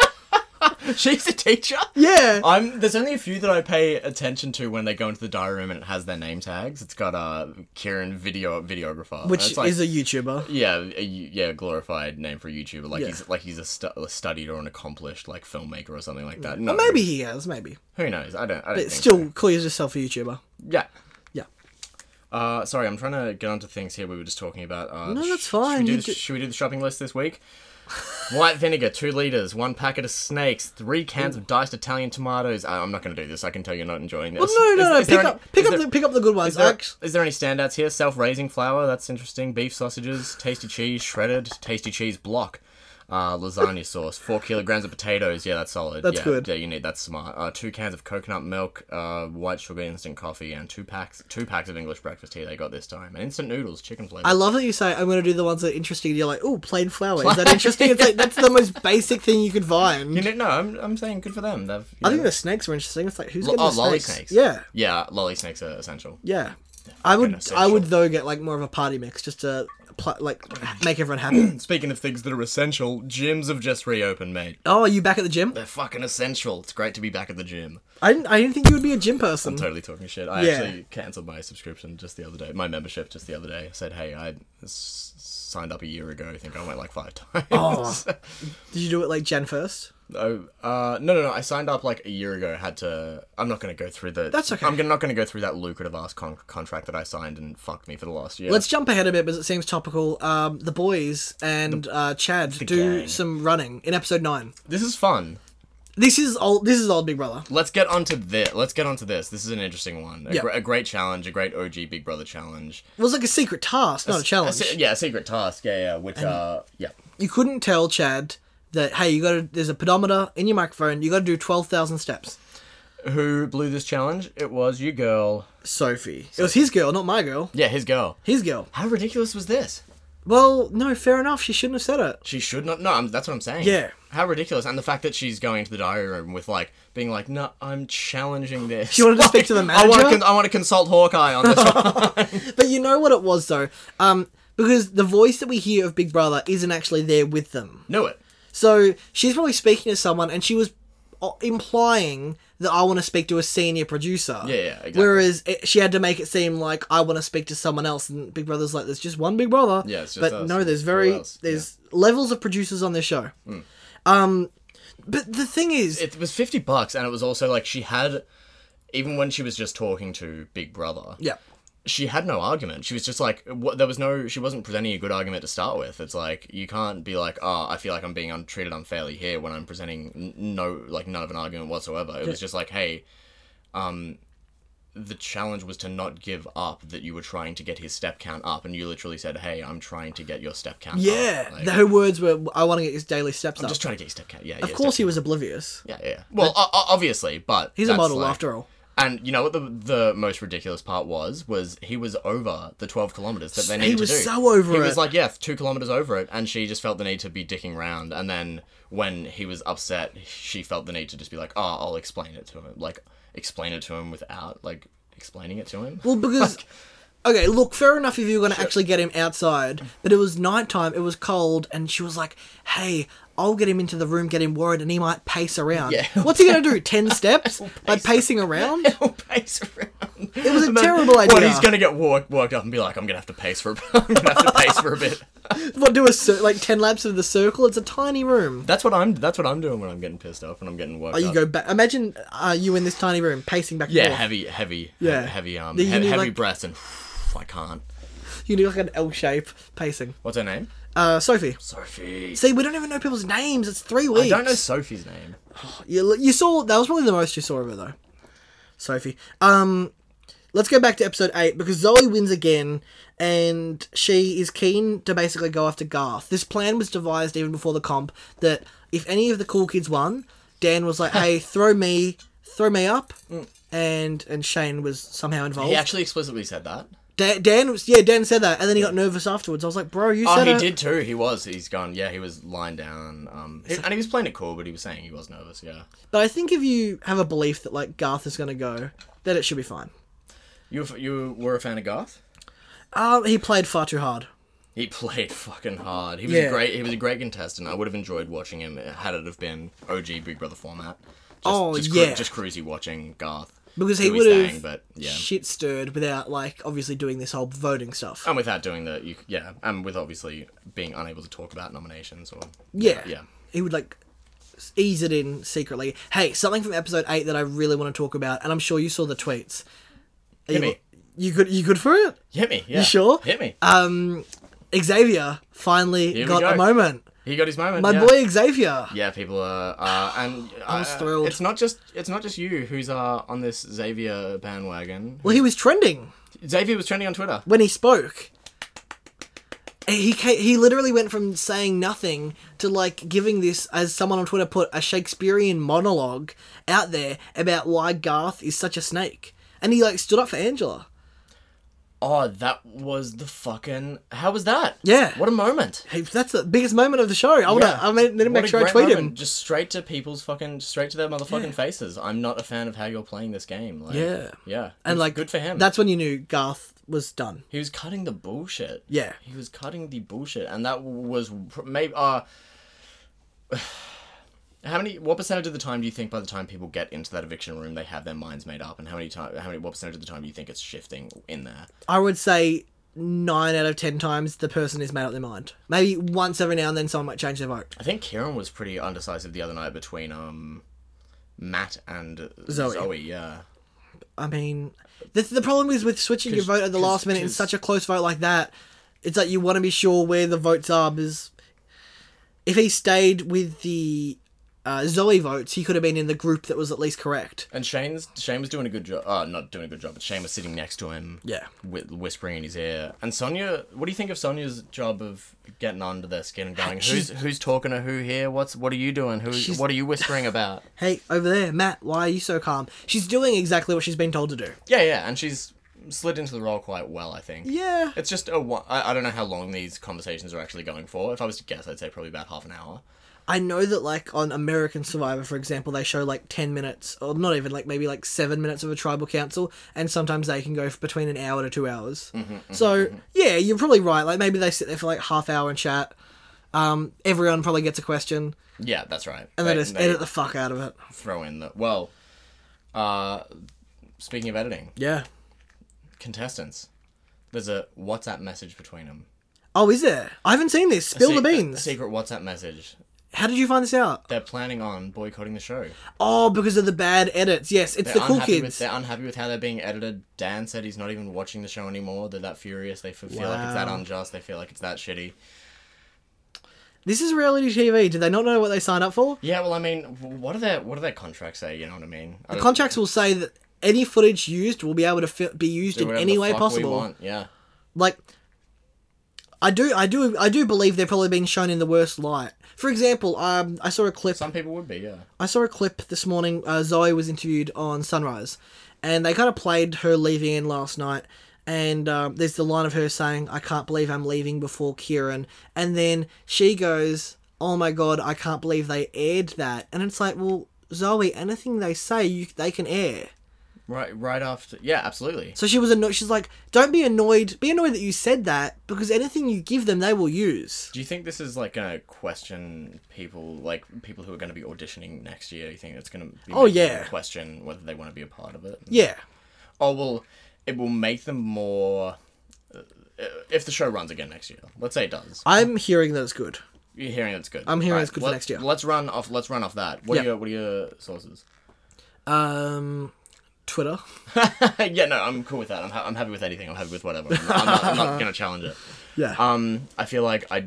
S1: She's a teacher.
S2: yeah,
S1: I'm. There's only a few that I pay attention to when they go into the diary room and it has their name tags. It's got uh, Kieran video videographer, and
S2: which
S1: it's like-
S2: is a YouTuber.
S1: Yeah, a, yeah, glorified name for a YouTuber. Like
S2: Yeah.
S1: he's like he's a, stu- a studied or an accomplished like filmmaker or something like that. No,
S2: Maybe he has, maybe.
S1: who knows? I don't. I don't
S2: But
S1: think
S2: still,
S1: so.
S2: call yourself a YouTuber.
S1: yeah.
S2: Yeah.
S1: Uh, sorry, I'm trying to get onto things here. We were just talking about. Uh,
S2: No, that's
S1: sh-
S2: fine,
S1: Should we,
S2: you
S1: do the,
S2: ju-
S1: should we do the shopping list this week? White vinegar, two liters, one packet of snakes, three cans of diced Italian tomatoes. Uh, I'm not going to do this. I can tell you're not enjoying this.
S2: Well, no, no,
S1: Is-
S2: no.
S1: is there
S2: pick
S1: any-
S2: up, pick
S1: is
S2: up
S1: there-
S2: the, pick up the good ones.
S1: Is there,
S2: Act-
S1: is there any standouts here? Self raising flour, that's interesting. Beef sausages, tasty cheese, shredded, tasty cheese block, uh, lasagna sauce, four kilograms of potatoes. Yeah, that's solid.
S2: That's
S1: yeah,
S2: good.
S1: Yeah, you need that's smart. Uh, two cans of coconut milk, uh, white sugar instant coffee, and two packs two packs of English breakfast tea they got this time. And instant noodles, chicken flavor.
S2: I love that you say I'm going to do the ones that are interesting. You're like, oh, plain flour. Is that interesting? It's like that's the most basic thing you could find.
S1: you know, no, I'm, I'm saying good for them. They've, you
S2: I think
S1: know-
S2: the snakes were interesting. It's like who's
S1: Lo-
S2: getting
S1: oh,
S2: the
S1: lolly
S2: snakes?
S1: snakes.
S2: Yeah,
S1: yeah, lolly snakes are essential.
S2: yeah. I would, I
S1: essential.
S2: would though get like more of a party mix just to pl- like make everyone happy.
S1: Speaking of things that are essential, gyms have just reopened, mate.
S2: oh, are you back at the gym?
S1: They're fucking essential. It's great to be back at the gym.
S2: I didn't, I didn't think you would be a gym person.
S1: totally talking shit. I
S2: Yeah.
S1: actually cancelled my subscription just the other day. My membership just the other day. I said, hey, I s- signed up a year ago. I think I went like five times.
S2: Oh. Did you do it like Jan first?
S1: Oh, uh, no, no, no. I signed up like a year ago. Had to. I'm not going to go through the.
S2: That's okay.
S1: I'm gonna- not going to go through that lucrative ass con- contract that I signed and fucked me for the last year.
S2: Let's jump ahead a bit because it seems topical. Um, the boys and uh, Chad do
S1: gang.
S2: some running in episode nine.
S1: This is fun.
S2: This is old. This is old Big Brother.
S1: Let's get onto this. Let's get onto this. This is an interesting one. A,
S2: Yeah.
S1: gr- a great challenge. A great OG Big Brother challenge.
S2: It was like a secret task, not a challenge.
S1: A se- yeah, a secret task. Yeah, yeah. Which, uh, yeah.
S2: you couldn't tell Chad that hey, you got to there's a pedometer in your microphone. You got to do twelve thousand steps.
S1: Who blew this challenge? It was your girl.
S2: Sophie. It was his girl, not my girl.
S1: Yeah, his girl.
S2: His girl.
S1: How ridiculous was this?
S2: Well, no, fair enough. She shouldn't have said it.
S1: She should not. No, I'm, that's what I'm saying.
S2: Yeah.
S1: How ridiculous! And the fact that she's going to the diary room with like being like, "No, I'm challenging this."
S2: She wanted to speak to the
S1: I want to.
S2: manager?
S1: Con- I want to consult Hawkeye on this one.
S2: But you know what it was though, um, because the voice that we hear of Big Brother isn't actually there with them.
S1: Knew it.
S2: So she's probably speaking to someone, and she was uh, implying that I want to speak to a senior producer.
S1: Yeah, yeah, exactly.
S2: Whereas it, she had to make it seem like I want to speak to someone else, and Big Brother's like, there's just one Big Brother.
S1: Yeah, it's just
S2: but
S1: us.
S2: no, there's
S1: Who
S2: very
S1: else?
S2: there's levels of producers on this show. Um, but the thing is,
S1: It was fifty bucks, and it was also like she had, even when she was just talking to Big Brother,
S2: yeah,
S1: she had no argument. She was just like, what, there was no. She wasn't presenting a good argument to start with. It's like you can't be like, oh, I feel like I'm being un- treated unfairly here when I'm presenting n- no, like none of an argument whatsoever. It was just like, hey, um, the challenge was to not give up that you were trying to get his step count up, and you literally said, hey, I'm trying to get your step count.
S2: yeah.
S1: up. Like,
S2: the- her words were, I want to get his daily steps up.
S1: just trying to get your step count. Yeah,
S2: of course, he was oblivious.
S1: Yeah, yeah. Well, o- o- obviously, but
S2: He's a
S1: that's
S2: model
S1: like-
S2: after all.
S1: And you know what the the most ridiculous part was was he was over the twelve kilometers that they
S2: He
S1: needed
S2: was
S1: to do.
S2: so over
S1: He
S2: it.
S1: was like, yeah, two kilometers over it, and she just felt the need to be dicking round. And then when he was upset, she felt the need to just be like, oh, I'll explain it to him, like explain it to him without like explaining it to him.
S2: Well, because okay, look, fair enough if you were going to actually get him outside, but it was nighttime, it was cold, and she was like, "Hey, I'll get him into the room, get him worried, and he might pace around.
S1: Yeah.
S2: What's he going to do? Ten steps by pacing around?
S1: He'll pace around. It
S2: was a terrible
S1: Well,
S2: idea.
S1: he's gonna get walk, walked up and be like, "I'm gonna have to pace for a, I'm gonna have to pace for a bit."
S2: What do a cir- like ten laps of the circle? It's a tiny room.
S1: That's what I'm. That's what I'm doing when I'm getting pissed off and I'm getting worked
S2: Oh, you
S1: up.
S2: go back. Imagine uh, you in this tiny room pacing back. And
S1: Yeah,
S2: forth.
S1: heavy, heavy,
S2: Yeah.
S1: yeah, heavy um,
S2: The
S1: he-
S2: uni,
S1: heavy
S2: like-
S1: breaths, and I can't.
S2: You do like an L shape pacing.
S1: What's her name?
S2: Uh, Sophie.
S1: Sophie.
S2: See, we don't even know people's names. It's three weeks.
S1: I don't know Sophie's name.
S2: You, you saw that was probably the most you saw of her though, Sophie. Um, let's go back to episode eight because Zoe wins again, and she is keen to basically go after Garth. This plan was devised even before the comp that if any of the cool kids won, Dan was like, "Hey, throw me, throw me up,"
S1: Mm.
S2: and and Shane was somehow involved.
S1: He actually explicitly said that.
S2: Da- Dan was yeah, Dan said that, and then he got nervous afterwards. I was like, "Bro, you
S1: Oh,
S2: said
S1: he
S2: it."
S1: did too. He was. He's gone. Yeah, he was lying down. Um, he- and he was playing it cool, but he was saying he was nervous. Yeah.
S2: But I think if you have a belief that like Garth is gonna go, then it should be fine.
S1: You f- you were a fan of Garth.
S2: Um, he played far too hard.
S1: He played fucking hard. He was
S2: Yeah.
S1: a great. He was a great contestant. I would have enjoyed watching him had it have been OG Big Brother format. Just,
S2: Oh,
S1: just
S2: yeah.
S1: just cruisy watching Garth.
S2: Because he
S1: do his
S2: would have
S1: thing, But yeah.
S2: shit stirred without like obviously doing this whole voting stuff.
S1: And without doing the, you, yeah, and with obviously being unable to talk about nominations or
S2: yeah.
S1: yeah,
S2: He would like s- ease it in secretly. Hey, something from episode eight that I really want to talk about, and I'm sure you saw the tweets. Are you,
S1: me.
S2: you good? You good for it?
S1: hit me. Yeah.
S2: sure?
S1: Hit me.
S2: Xavier finally
S1: we
S2: got
S1: go.
S2: a moment.
S1: he got his moment.
S2: My
S1: yeah.
S2: boy Xavier.
S1: Yeah, people are, uh, and I
S2: was thrilled.
S1: It's not just it's not just you who's uh, on this Xavier bandwagon.
S2: Well, he was trending
S1: Xavier was trending on Twitter.
S2: when he spoke. He ca he literally went from saying nothing to like giving this, as someone on Twitter put, a Shakespearean monologue out there about why Garth is such a snake, and he like stood up for Angela.
S1: Oh, that was the fucking. How was that?
S2: Yeah.
S1: What a moment.
S2: Hey, that's the biggest moment of the show. I wanna, I made, need to make
S1: What a
S2: sure I
S1: great
S2: tweet
S1: moment.
S2: him.
S1: Just straight to people's fucking, straight to their motherfucking faces. I'm not a fan of how you're playing this game. Like,
S2: Yeah.
S1: Yeah.
S2: And
S1: Good-
S2: like,
S1: good for him.
S2: That's when you knew Garth was done.
S1: He was cutting the bullshit.
S2: Yeah.
S1: He was cutting the bullshit, and that was pr- maybe. Uh, how many? What percentage of the time do you think by the time people get into that eviction room, they have their minds made up? And how many time? How many? What percentage of the time do you think it's shifting in there?
S2: I would say nine out of ten times the person is made up their mind. Maybe once every now and then someone might change their vote.
S1: I think Kieran was pretty undecisive the other night between um, Matt and
S2: Zoe.
S1: Zoe. yeah.
S2: I mean, the, the problem is with switching your vote at the
S1: 'cause-
S2: last minute in
S1: 'cause-
S2: such a close vote like that. It's like you want to be sure where the votes are because if he stayed with the uh, Zoe votes, he could have been in the group that was at least correct.
S1: And Shane's Shane was doing a good job. Uh, not doing a good job, but Shane was sitting next to him.
S2: Yeah.
S1: With, whispering in his ear. And Sonia, what do you think of Sonia's job of getting under their skin and going, "Who's who's talking to who here? What's what are you doing? Who what are you whispering about?"
S2: Hey, over there, Matt, why are you so calm? She's doing exactly what she's been told to do.
S1: yeah, yeah. And she's slid into the role quite well, I think.
S2: Yeah.
S1: It's just a one. I, I don't know how long these conversations are actually going for. If I was to guess, I'd say probably about half an hour.
S2: I know that like on American Survivor, for example, they show like ten minutes or not even like maybe like seven minutes of a tribal council, and sometimes they can go for between an hour to two hours. so yeah, you're probably right. Like maybe they sit there for like half hour and chat. Um, everyone probably gets a question,
S1: Yeah, that's right.
S2: and they, just edit the fuck out of it.
S1: throw in the well. Uh, speaking of editing,
S2: Yeah.
S1: contestants, there's a WhatsApp message between them.
S2: Oh, is there? I haven't seen this. Spill the
S1: A
S2: beans.
S1: secret WhatsApp message.
S2: How did you find this out?
S1: They're planning on boycotting the show.
S2: Oh, because of the bad edits. Yes, it's
S1: They're
S2: the cool
S1: unhappy
S2: kids.
S1: With, they're unhappy with how they're being edited. Dan said he's not even watching the show anymore. They're that furious. They f- feel like it's that
S2: Wow.
S1: unjust. They feel like it's that shitty.
S2: This is reality TV. Did they not know what they signed up for?
S1: Yeah, well, I mean, w- what do their what do their contracts say? You know what I mean? I
S2: The
S1: don't-
S2: contracts will say that any footage used will be able to fi- be used
S1: do
S2: in
S1: whatever
S2: any
S1: the
S2: way
S1: fuck we
S2: possible.
S1: want, Yeah.
S2: Like, I do, I do, I do believe they're probably being shown in the worst light. For example, um, I saw a clip.
S1: Some people would be. Yeah.
S2: I saw a clip this morning. Uh, Zoe was interviewed on Sunrise, and they kind of played her leaving in last night. And um, there's the line of her saying, "I can't believe I'm leaving before Kieran," and then she goes, "Oh my god, I can't believe they aired that." And it's like, well, Zoe, anything they say, you, they can air.
S1: Right. Right after. Yeah. Absolutely.
S2: So she was annoyed. She's like, "Don't be annoyed. Be annoyed that you said that because anything you give them, they will use."
S1: Do you think this is like gonna question people, like people who are gonna be auditioning next year? You think it's gonna be
S2: Oh,
S1: making them
S2: yeah.
S1: question whether they want to be a part of it?
S2: Yeah,
S1: Oh well, it will make them more. uh, If the show runs again next year, let's say it does,
S2: I'm hearing that it's good.
S1: you're hearing it's good.
S2: I'm hearing it's good for
S1: let-
S2: next year.
S1: Let's run off. Let's run off that. What
S2: Yeah.
S1: are your What are your sources?
S2: Um, Twitter.
S1: yeah, no, I'm cool with that. I'm, ha- I'm happy with anything. I'm happy with whatever. I'm not, I'm not, I'm not gonna challenge it.
S2: Yeah.
S1: Um, I feel like I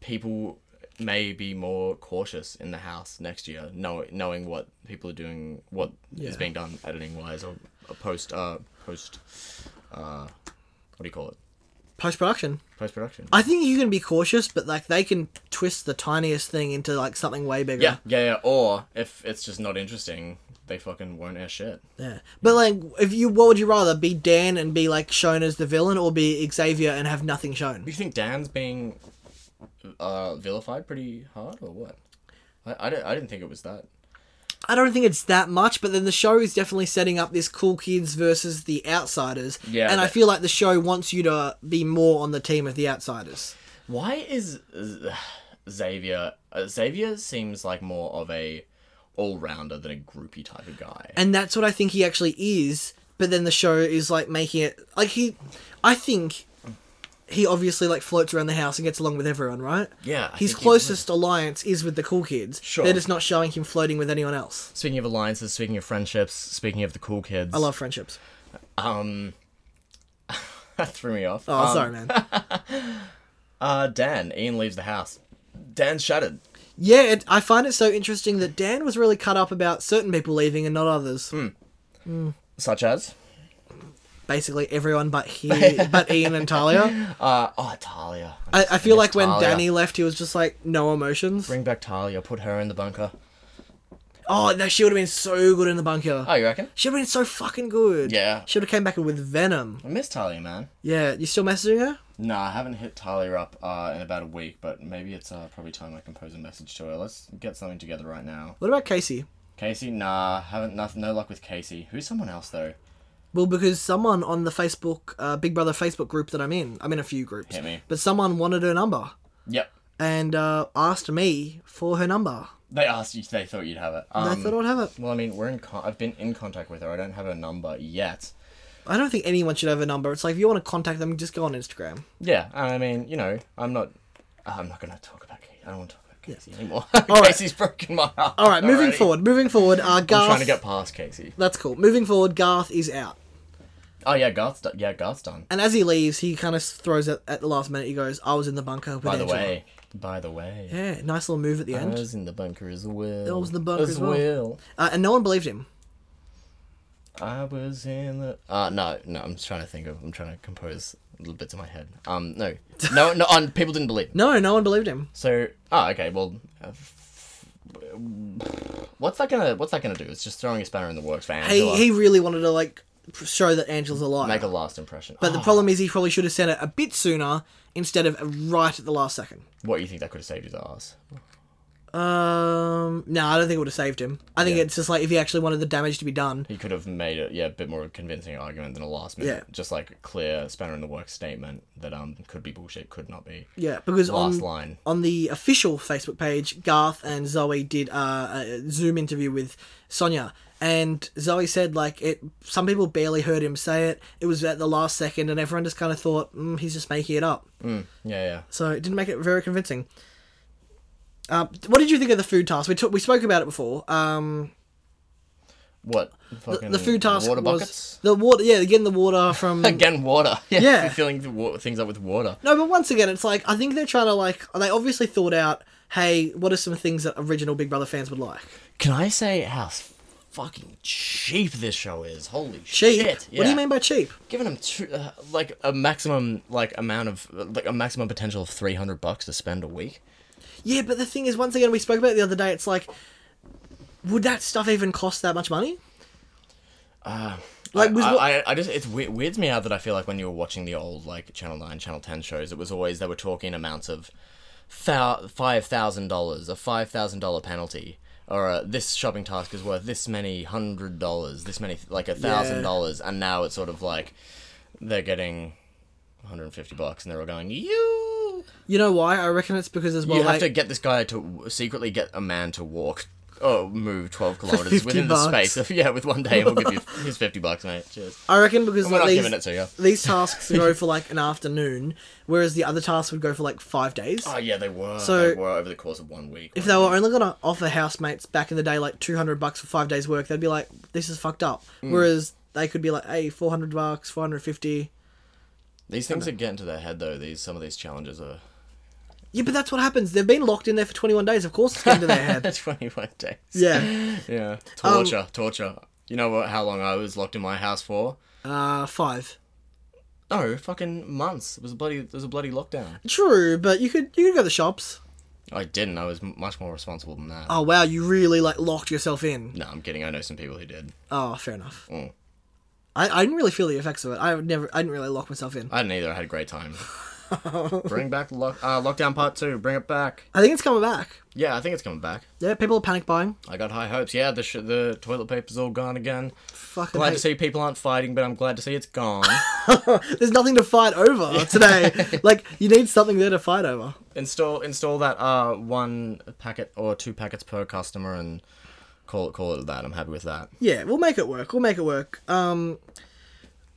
S1: people may be more cautious in the house next year, know, knowing what people are doing, what is
S2: Yeah.
S1: being done editing wise, or, or post uh post uh what do you call it?
S2: Post production.
S1: Post production.
S2: I think you can be cautious, but like they can twist the tiniest thing into like something way bigger.
S1: Yeah, yeah, yeah. Or if it's just not interesting, they fucking won't air shit.
S2: Yeah. But like, if you, what would you rather be Dan and be like shown as the villain, or be Xavier and have nothing shown?
S1: Do you think Dan's being uh vilified pretty hard or what? I I, don't, I didn't think it was that.
S2: I don't think it's that much, but then the show is definitely setting up this cool kids versus the outsiders.
S1: Yeah,
S2: And I
S1: that-
S2: feel like the show wants you to be more on the team of the outsiders.
S1: Why is Z- Xavier? Uh, Xavier seems like more of a all-rounder than a groupie type of guy.
S2: and that's what I think he actually is. But then the show is like making it like he, I think, he obviously like floats around the house and gets along with everyone, right?
S1: Yeah, I
S2: His
S1: think he
S2: closest alliance is with the cool kids.
S1: Sure.
S2: They're just not showing him floating with anyone else.
S1: speaking of alliances, speaking of friendships, speaking of the cool kids,
S2: I love friendships.
S1: um. that threw me off.
S2: Oh,
S1: um,
S2: sorry, man.
S1: Uh, Dan. Ian leaves the house. Dan's shattered.
S2: yeah, it, I find it so interesting that Dan was really cut up about certain people leaving and not others.
S1: Such as.
S2: Basically, everyone but he, but Ian and Talia.
S1: Uh, oh, Talia.
S2: I, I feel
S1: miss
S2: like when
S1: Talia.
S2: Danny left, he was just like no emotions.
S1: Bring back Talia. Put her in the bunker.
S2: Oh no, she would have been so good in the bunker.
S1: Oh, you reckon?
S2: She would have been so fucking good.
S1: Yeah.
S2: She would have came back with Venom.
S1: I miss Talia, man.
S2: Yeah. You still messaging her?
S1: No, I haven't hit Talia up uh, in about a week, but maybe it's uh, probably time I compose a message to her. Let's get something together right now.
S2: What about Casey?
S1: Casey, nah, haven't noth- no luck with Casey. Who's someone else though?
S2: Well, because someone on the Facebook uh, Big Brother Facebook group that I'm in, I'm in a few groups,
S1: Hit me.
S2: but someone wanted her number
S1: Yep,
S2: and uh, asked me for her number.
S1: they asked you. They thought you'd have it. Um,
S2: And I thought I'd have it.
S1: well, I mean, we're in. Con- I've been in contact with her. I don't have her number yet.
S2: I don't think anyone should have a number. It's like if you want to contact them, just go on Instagram.
S1: Yeah, and I mean, you know, I'm not. I'm not gonna talk about Casey. I don't want to talk about Casey anymore.
S2: right.
S1: Casey's broken my heart.
S2: All right, moving
S1: already.
S2: forward. Moving forward. Uh, Garth.
S1: I'm trying to get past Casey.
S2: That's cool. Moving forward, Garth is out,
S1: Oh yeah, Garth's done. Yeah, Garth's done.
S2: and as he leaves, he kind of throws it at the last minute. He goes, "I was in the bunker." With
S1: By the
S2: Angela."
S1: way, by the way.
S2: Yeah, nice little move at the
S1: I
S2: end.
S1: was in the bunker as well.
S2: was the bunker as well.
S1: well.
S2: Uh, and no one believed him.
S1: I was in the. Uh, no, no. I'm just trying to think of. I'm trying to compose little bits in my head. Um, no, no, no. On people didn't believe.
S2: No, no one believed him.
S1: So, oh, okay. Well, uh, f- what's that gonna? What's that gonna do? It's just throwing a spanner in the works for Angela.
S2: He, he really wanted to like show that Angela's alive.
S1: Make a last impression.
S2: but the problem is he probably should have said it a bit sooner instead of right at the last second.
S1: What you think that could have saved his ass?
S2: Um, no, I don't think it would have saved him. I think it's just like if he actually wanted the damage to be done.
S1: He could have made it, yeah, a bit more of a convincing argument than a last minute,
S2: Yeah.
S1: just like clear spanner in the works statement that um could be bullshit, could not be.
S2: Yeah, because
S1: Last
S2: on
S1: line.
S2: on the official Facebook page, Garth and Zoe did uh, a Zoom interview with Sonia, and Zoe said like it. Some people barely heard him say it. It was at the last second, and everyone just kind of thought mm, he's just making it up.
S1: Yeah, yeah.
S2: So it didn't make it very convincing. Uh, what did you think of the food task? We took we spoke about it before. Um,
S1: What?
S2: the,
S1: Fucking
S2: the food task
S1: Water
S2: was
S1: buckets.
S2: the water. Yeah, getting the water from
S1: Again, water. Yeah.
S2: Yeah.
S1: Filling the wa- things up with water.
S2: No, but once again, it's like I think they're trying to like they obviously thought out. Hey, what are some things that original Big Brother fans would like?
S1: Can I say how s- fucking cheap this show is? Holy
S2: Cheap.
S1: shit! Yeah.
S2: What do you mean by cheap?
S1: Giving them two, uh, like a maximum like amount of like a maximum potential of three hundred bucks to spend a week.
S2: Yeah, but the thing is, once again, we spoke about it the other day. It's like, would that stuff even cost that much money? Like,
S1: Uh, I,
S2: was what-
S1: I, I just it we- weirds me out that I feel like when you were watching the old like Channel Nine, Channel Ten shows, it was always they were talking amounts of thou- five thousand dollars, a five thousand dollar penalty, or uh this shopping task is worth this many hundred dollars, this many like a thousand dollars, and now it's sort of like they're getting one hundred and fifty bucks, and they're all going you.
S2: You know why? I reckon it's because as well,
S1: You have
S2: like,
S1: to get this guy to w- secretly get a man to walk. Oh, move twelve kilometers
S2: 50
S1: within the
S2: bucks.
S1: space of yeah. With one day, he'll give you his fifty bucks, mate. Cheers.
S2: I reckon because
S1: We're
S2: like,
S1: not
S2: these,
S1: giving it to you.
S2: these tasks go for like an afternoon, whereas the other tasks would go for like five days.
S1: Oh yeah, they were.
S2: So-
S1: they were over the course of one week.
S2: if they were only gonna offer housemates back in the day like two hundred bucks for five days work, they'd be like, "This is fucked up."
S1: Mm.
S2: Whereas they could be like, "Hey, four hundred bucks, four hundred fifty.
S1: these things are getting to their head though. These some of these challenges are.
S2: Yeah, but that's what happens. They've been locked in there for twenty one days. Of course, it's getting to their head.
S1: Twenty-one days.
S2: Yeah, Um,
S1: Yeah. Torture, torture. You know what? How long I was locked in my house for?
S2: uh, five.
S1: No, fucking months. It was a bloody. It was a bloody lockdown.
S2: True, but you could you could go to the shops.
S1: I didn't. I was m- much more responsible than that.
S2: Oh wow, you really like locked yourself in.
S1: No, I'm kidding. I know some people who did.
S2: Oh, fair enough.
S1: Mm.
S2: I, I didn't really feel the effects of it. I would never. I didn't really lock myself in.
S1: I didn't either. I had a great time. Bring back lock, uh, lockdown part two. Bring it back.
S2: I think it's coming back.
S1: Yeah, I think it's coming back.
S2: Yeah, people are panic buying.
S1: I got high hopes. Yeah, the sh- the toilet paper's all gone again.
S2: Fucking.
S1: Glad
S2: hate-
S1: to see people aren't fighting, but I'm glad to see it's gone.
S2: There's nothing to fight over today. like you need something there to fight over.
S1: install install that uh one packet or two packets per customer and call it call it that. I'm happy with that.
S2: Yeah, we'll make it work. We'll make it work. Um,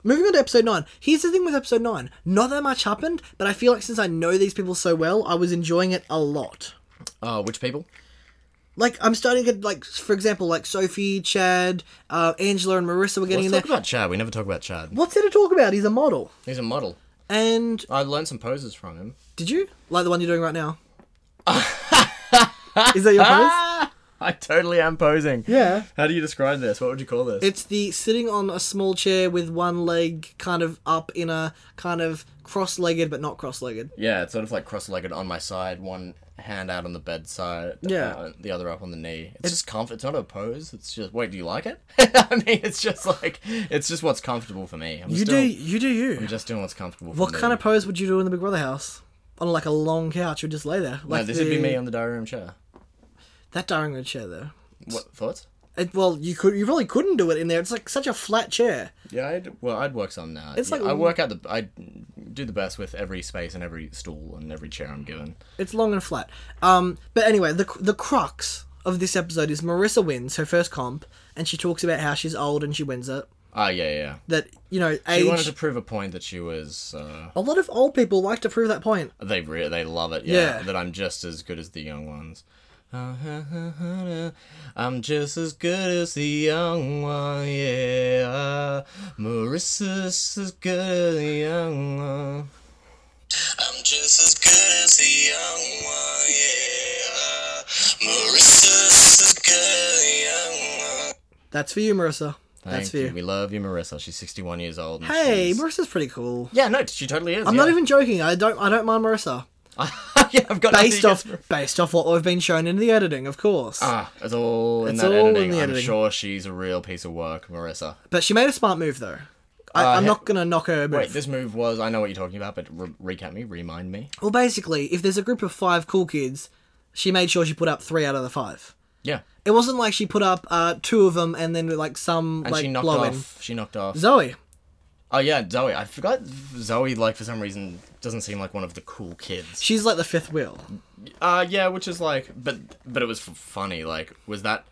S2: moving on to episode nine. Here's the thing with episode nine. Not that much happened, but I feel like since I know these people so well, I was enjoying it a lot.
S1: Uh, which people?
S2: Like I'm starting to get like, for example, like Sophie, Chad, uh, Angela, and Marissa were getting
S1: Let's
S2: in
S1: talk
S2: there.
S1: about Chad. We never talk about Chad.
S2: What's there to talk about? He's a model.
S1: He's a model.
S2: And
S1: I learned some poses from him.
S2: did you like the one you're doing right now? Is that your pose?
S1: I totally am posing.
S2: Yeah.
S1: How do you describe this? What would you call this?
S2: It's the sitting on a small chair with one leg kind of up in a kind of cross-legged but not cross-legged.
S1: yeah, it's sort of like cross-legged on my side, one hand out on the bedside,
S2: Yeah.
S1: uh, the other up on the knee. It's, just comfort. It's not a pose. It's just wait. Do you like it? I mean, it's just like it's just what's comfortable for me. I'm
S2: You
S1: still,
S2: do, you do you.
S1: I'm just doing what's comfortable. for
S2: What
S1: me.
S2: kind of pose would you do in the Big Brother house? On like a long couch, you'd just lay there. Like
S1: no, this would be
S2: the-
S1: me on the diary room chair.
S2: that dining room chair though.
S1: What thoughts?
S2: It, well, you could, you really couldn't do it in there. It's like such a flat chair.
S1: Yeah, I'd well, I'd work some now.
S2: It's
S1: It's
S2: like-
S1: like I work out the I do the best with every space and every stool and every chair I'm given.
S2: It's long and flat. Um, but anyway, the the crux of this episode is Marissa wins her first comp, and she talks about how she's old and she wins it.
S1: Ah, yeah, yeah.
S2: That you know,
S1: She
S2: age.
S1: wanted to prove a point that she was. Uh,
S2: A lot of old people like to prove that point.
S1: they re- they love it. Yeah,
S2: Yeah.
S1: that I'm just as good as the young ones. I'm just as good as the young one. Yeah, Marissa's as good as the young one.
S3: I'm just as good as the young one, yeah. Marissa's as good as the young one.
S2: That's for you, Marissa.
S1: Thank
S2: That's for
S1: you.
S2: you.
S1: We love you, Marissa. She's 61 years old. and
S2: Hey,
S1: she's-
S2: Marissa's pretty cool.
S1: yeah, no, she totally is.
S2: I'm
S1: yeah.
S2: not even joking. I don't I don't mind Marissa.
S1: yeah, I've got
S2: based
S1: nothing
S2: off
S1: against-
S2: based off what we've been shown in the editing, of course.
S1: Ah, it's all in
S2: It's
S1: that
S2: all in
S1: editing.
S2: the
S1: I'm
S2: editing.
S1: sure she's a real piece of work, Marissa.
S2: but she made a smart move though. I,
S1: Uh,
S2: I'm
S1: he-
S2: not gonna knock her move.
S1: Wait, this move was. I know what you're talking about, but re- recap me, remind me.
S2: well, basically, if there's a group of five cool kids, she made sure she put up three out of the five.
S1: Yeah,
S2: It wasn't like she put up uh, two of them and then like some
S1: and
S2: like
S1: she knocked
S2: blow in.
S1: off. She knocked off.
S2: Zoe.
S1: oh yeah, Zoe. I forgot. Zoe, like for some reason, doesn't seem like one of the cool kids.
S2: She's like the fifth wheel.
S1: Uh, yeah, which is like, but but it was f- funny. Like, was that?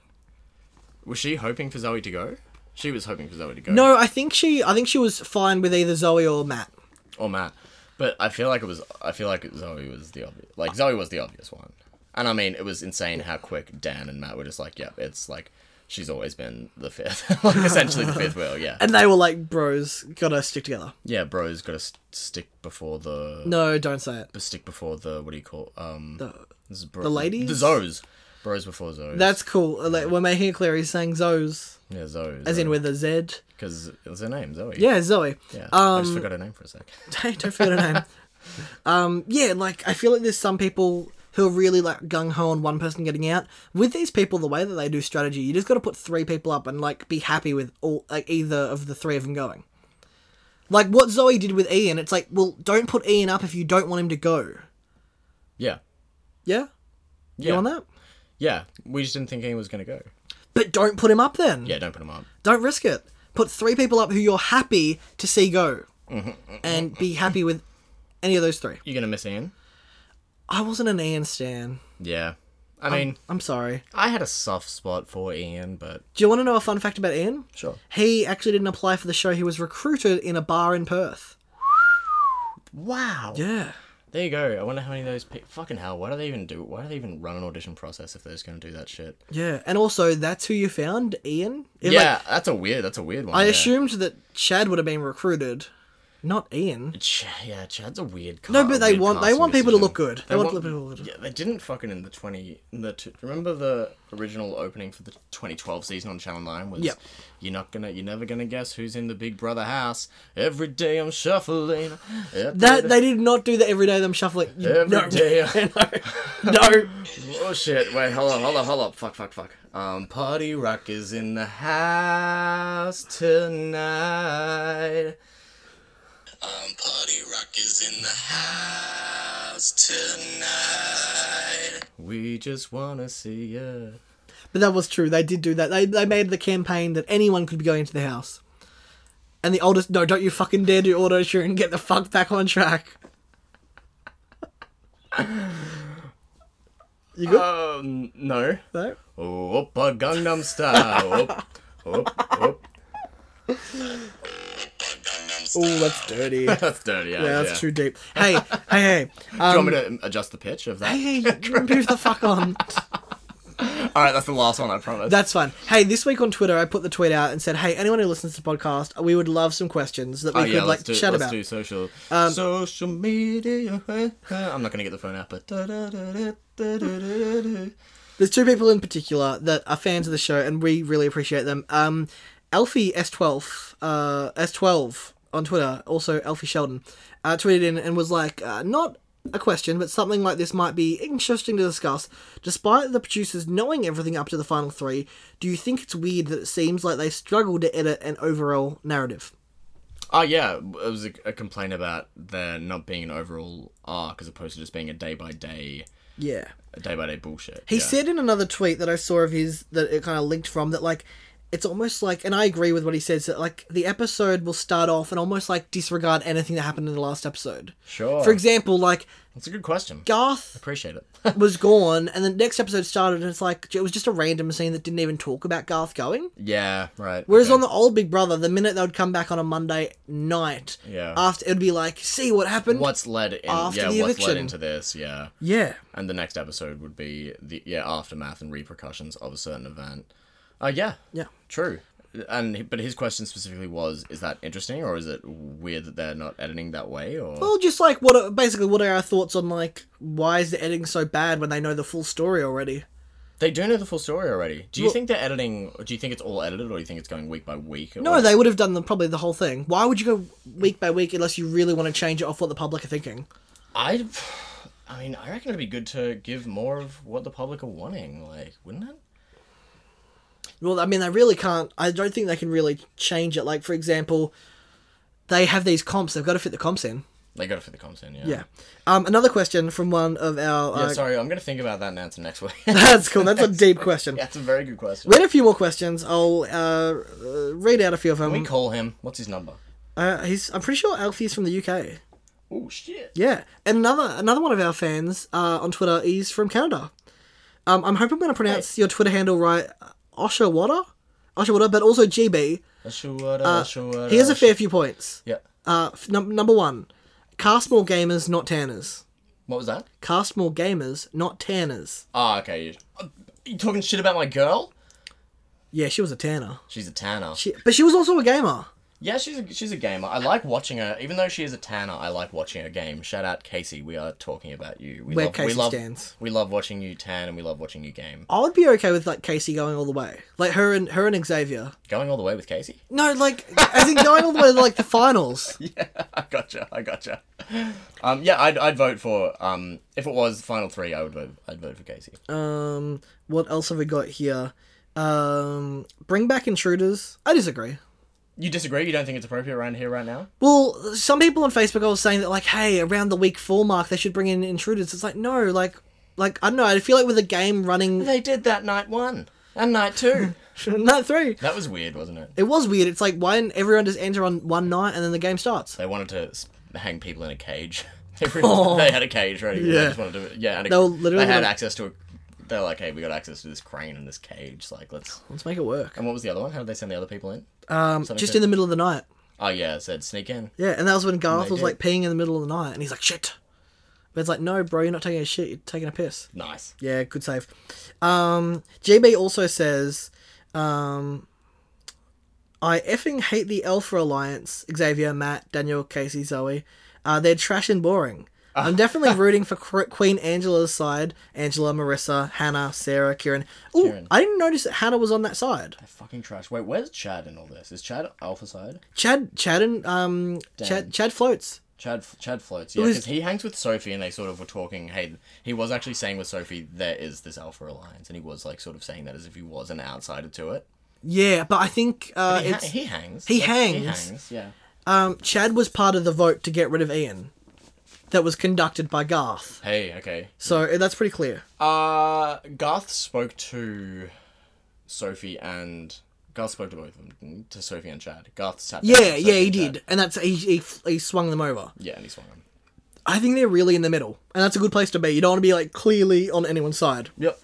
S1: Was she hoping for Zoe to go? She was hoping for Zoe to go.
S2: No, I think she. I think she was fine with either Zoe or Matt.
S1: Or Matt, but I feel like it was. I feel like Zoe was the obvious. Like Zoe was the obvious one, and I mean, it was insane how quick Dan and Matt were just like, "Yep, it's like." She's always been the fifth, like essentially the fifth wheel, yeah.
S2: And they were like, "Bros, gotta stick together."
S1: Yeah, bro's got to st- stick before the
S2: No, don't say it.
S1: stick before the what do you call um the, bro-
S2: the ladies?
S1: the zoes, bros before zoes.
S2: That's cool. Like, we're making it clear he's saying Zoes,
S1: yeah zoes
S2: as in with a Z.
S1: because it's her name Zoe.
S2: Yeah, Zoe.
S1: yeah. I just
S2: Um,
S1: forgot her name for a sec.
S2: don't forget her name. Um, yeah, like I feel like there's some people who are really like gung ho on one person getting out. With these people, the way that they do strategy, you just got to put three people up and like be happy with all like either of the three of them going. Like what Zoe did with Ian, it's like, well, don't put Ian up if you don't want him to go.
S1: Yeah,
S2: Yeah,
S1: yeah,
S2: you on that?
S1: yeah. We just didn't think anyone was gonna go.
S2: But don't put him up then.
S1: Yeah, don't put him up.
S2: Don't risk it. Put three people up who you're happy to see go,
S1: Mm-hmm.
S2: and be happy with any of those three.
S1: You're gonna miss Ian.
S2: I wasn't an Ian stan.
S1: Yeah,
S2: Um,
S1: I mean,
S2: I'm sorry.
S1: I had a soft spot for Ian, but
S2: Do you want to know a fun fact about Ian?
S1: sure.
S2: He actually didn't apply for the show. He was recruited in a bar in Perth.
S1: Wow.
S2: Yeah.
S1: There you go. I wonder how many of those pe- fucking hell. Why do they even do? Why do they even run an audition process if they're just gonna do that shit?
S2: Yeah. And also, that's who you found, Ian? It, like,
S1: yeah, that's a weird. That's a weird one.
S2: I
S1: yeah.
S2: assumed that Chad would have been recruited, not Ian.
S1: Ch- yeah, Chad's a weird. Car,
S2: No, but they
S1: weird
S2: want- they
S1: casting
S2: want people to
S1: decision.
S2: look good. They want people to look good.
S1: Yeah, they didn't fucking in the twenty. In the t- remember the original opening for the 2012 season on Channel Nine was.
S2: Yep.
S1: You're not gonna. You're never gonna guess who's in the Big Brother house. Every day I'm shuffling. Every
S2: That They did not do that every day, them shuffling.
S1: every
S2: no.
S1: day I-
S2: No.
S1: Oh shit! Wait, hold up, hold up, hold up! Fuck, fuck, fuck! Um, party rock is in the house tonight.
S3: Um, Party Rock is in the house tonight.
S1: We just wanna see ya.
S2: But that was true. They did do that. They, they made the campaign that anyone could be going to the house. And the oldest, no, don't you fucking dare do auto tune. Get the fuck back on track. You good?
S1: Um, no.
S2: though?
S1: Oppa Gangnam Style. Op, op, op.
S2: Oh, that's dirty. yeah,
S1: That's dirty. Yeah,
S2: that's
S1: yeah.
S2: too deep. Hey, hey, hey.
S1: Do
S2: Um,
S1: you want me to adjust the pitch of that?
S2: hey, hey, move the fuck on.
S1: All right, that's the last one. I promise.
S2: That's fine. Hey, this week on Twitter, I put the tweet out and said, hey, anyone who listens to the podcast, we would love some questions that we
S1: Oh,
S2: could,
S1: yeah,
S2: like,
S1: let's do,
S2: chat
S1: let's
S2: about. Um,
S1: do social. social media. I'm not gonna get the phone out, but.
S2: There's two people in particular that are fans of the show, and we really appreciate them. Um, Alfie S12, uh, S12 on Twitter, also Alfie Sheldon, uh, tweeted in and was like, uh, not a question, but something like this might be interesting to discuss. Despite the producers knowing everything up to the final three, do you think it's weird that it seems like they struggle to edit an overall narrative?
S1: Oh yeah, it was a, a complaint about there not being an overall arc as opposed to just being a day by day,
S2: Yeah.
S1: a day by day bullshit.
S2: He
S1: yeah.
S2: said in another tweet that I saw of his that it kind of linked from that like it's almost like and I agree with what he says that like the episode will start off and almost like disregard anything that happened in the last episode.
S1: Sure.
S2: For example, like
S1: That's a good question.
S2: Garth
S1: Appreciate it.
S2: was gone and the next episode started and it's like it was just a random scene that didn't even talk about Garth going.
S1: yeah, right.
S2: Whereas
S1: okay.
S2: on the old Big Brother, the minute they would come back on a Monday night
S1: Yeah.
S2: after it would be like, see what happened?
S1: what's led in,
S2: After
S1: yeah,
S2: the
S1: what's led
S2: eviction.
S1: into this, yeah.
S2: Yeah.
S1: And the next episode would be the yeah, aftermath and repercussions of a certain event. Uh yeah.
S2: Yeah.
S1: True. And he- but his question specifically was is that interesting or is it weird that they're not editing that way or
S2: Well, just like what are, basically what are our thoughts on like why is the editing so bad when they know the full story already?
S1: They do know the full story already. Do you
S2: Well-
S1: think they're editing? Do you think it's all edited, or do you think it's going week by week?
S2: No,
S1: or-
S2: they would have done the, probably the whole thing. Why would you go week by week unless you really want to change it off what the public are thinking?
S1: I. I mean, I reckon it'd be good to give more of what the public are wanting, like, wouldn't it?
S2: Well, I mean, they really can't. I don't think they can really change it. Like, for example, they have these comps. They've got to fit the comps in.
S1: They got to fit the comps in, yeah.
S2: Yeah. Um, another question from one of our.
S1: Yeah,
S2: Uh,
S1: sorry, I'm gonna think about that and answer next week.
S2: that's cool. That's a deep question.
S1: That's a very good question.
S2: We had a few more questions. I'll uh, uh, read out a few of them.
S1: Can we call him? What's his number?
S2: uh, he's. I'm pretty sure Alfie's from the UK.
S1: Oh shit!
S2: Yeah, and another another one of our fans uh, on Twitter is from Canada. Um, I'm hoping I'm going to pronounce your Twitter handle right, Oshawada, Oshawada, but also GB.
S1: Ashura, Ashura,
S2: Uh, He has a fair few points.
S1: Yeah.
S2: Uh, f- num- number one, cast more gamers, not tanners.
S1: What was that?
S2: Cast more gamers, not tanners.
S1: Ah, okay. You, Uh, you talking shit about my girl?
S2: Yeah, she was a tanner.
S1: She's a tanner.
S2: She, but she was also a gamer.
S1: yeah, she's a, she's a gamer. I like watching her, even though she is a tanner. I like watching her game. Shout out Casey. We are talking about you. We
S2: Where
S1: love, we
S2: Casey
S1: love,
S2: stands.
S1: We love watching you tan, and we love watching you game.
S2: I would be okay with like Casey going all the way, like her and her and Xavier.
S1: Going all the way with Casey.
S2: No, like as in going all the way to like the finals.
S1: Yeah, I gotcha. I gotcha. Um, yeah, I'd, I'd vote for um, if it was final three. I would vote. I'd vote for Casey.
S2: Um, what else have we got here? Um, bring back intruders. I disagree.
S1: You disagree? You don't think it's appropriate around here right now?
S2: Well, some people on Facebook are saying that like, hey, around the week four mark, they should bring in intruders. It's like no, like, like I don't know. I feel like with a game running
S1: They did that night one and night two.
S2: night three,
S1: that was weird, wasn't it?
S2: it was weird. It's like why didn't everyone just enter on one night and then the game starts?
S1: They wanted to s- hang people in a cage. They really- They had a cage ready. Yeah. They
S2: Yeah.
S1: just wanted to, yeah, and a,
S2: Oh.
S1: they,
S2: They were literally
S1: had
S2: like-
S1: access to a. They're like, hey, we got access to this crane and this cage. Like, let's.
S2: Let's make it work.
S1: And what was the other one? How did they send the other people in?
S2: Um,
S1: Something
S2: just
S1: to-
S2: in the middle of the night.
S1: Oh yeah, it said sneak in.
S2: Yeah, and that was when Garth
S1: they
S2: was
S1: did.
S2: like peeing in the middle of the night, and he's like, "Shit." But it's like, no, bro, you're not taking a shit. You're taking a piss.
S1: Nice.
S2: Yeah, good save. Um, GB also says, um, I effing hate the Alpha Alliance. Xavier, Matt, Daniel, Casey, Zoe. Uh, they're trash and boring. I'm definitely rooting for Cr- Queen Angela's side. Angela, Marissa, Hannah, Sarah, Kieran. Oh,
S1: Kieran.
S2: I didn't notice that Hannah was on that side.
S1: They're fucking trash. Wait, where's Chad in all this? Is Chad alpha side?
S2: Chad, Chad, and um, Chad,
S1: Dan.
S2: Chad floats.
S1: Chad Chad floats. Yeah,
S2: was-
S1: because he hangs with Sophie, and they sort of were talking. Hey, he was actually saying with Sophie there is this alpha alliance, and he was like sort of saying that as if he was an outsider to it.
S2: Yeah, but I think uh,
S1: He, ha-
S2: it's,
S1: he hangs.
S2: he
S1: He
S2: hangs.
S1: hangs. Yeah.
S2: um, Chad was part of the vote to get rid of Ian, that was conducted by Garth.
S1: Hey. Okay.
S2: So uh, that's pretty clear.
S1: Uh, Garth spoke to Sophie and Garth spoke to both of them didn't he? to Sophie and Chad. Garth sat. down
S2: Yeah,
S1: with
S2: yeah,
S1: Sophie
S2: he
S1: and
S2: did,
S1: Chad.
S2: and that's he, he he swung them over.
S1: Yeah, and he swung him.
S2: I think they're really in the middle, and that's a good place to be. You don't want to be like clearly on anyone's side.
S1: Yep.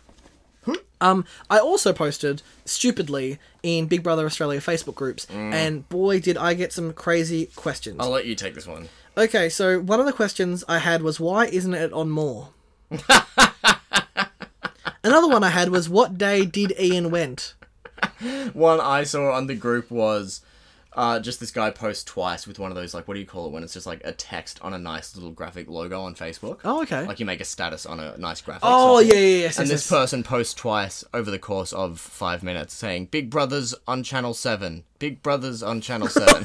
S2: Um, I also posted stupidly in Big Brother Australia Facebook groups, and boy did I get some crazy questions.
S1: I'll let you take this one.
S2: Okay, so one of the questions I had was why isn't it on more? Another one I had was what day did Ian went?
S1: One I saw on the group was. Uh, just this guy posts twice with one of those like what do you call it when it's just like a text on a nice little graphic logo on Facebook.
S2: Oh, okay.
S1: Like you make a status on a nice graphic.
S2: Oh,
S1: something.
S2: yeah, yeah, yes,
S1: And
S2: yes,
S1: this
S2: yes.
S1: person posts twice over the course of five minutes saying, Big Brothers on Channel 7. Big Brothers on Channel 7.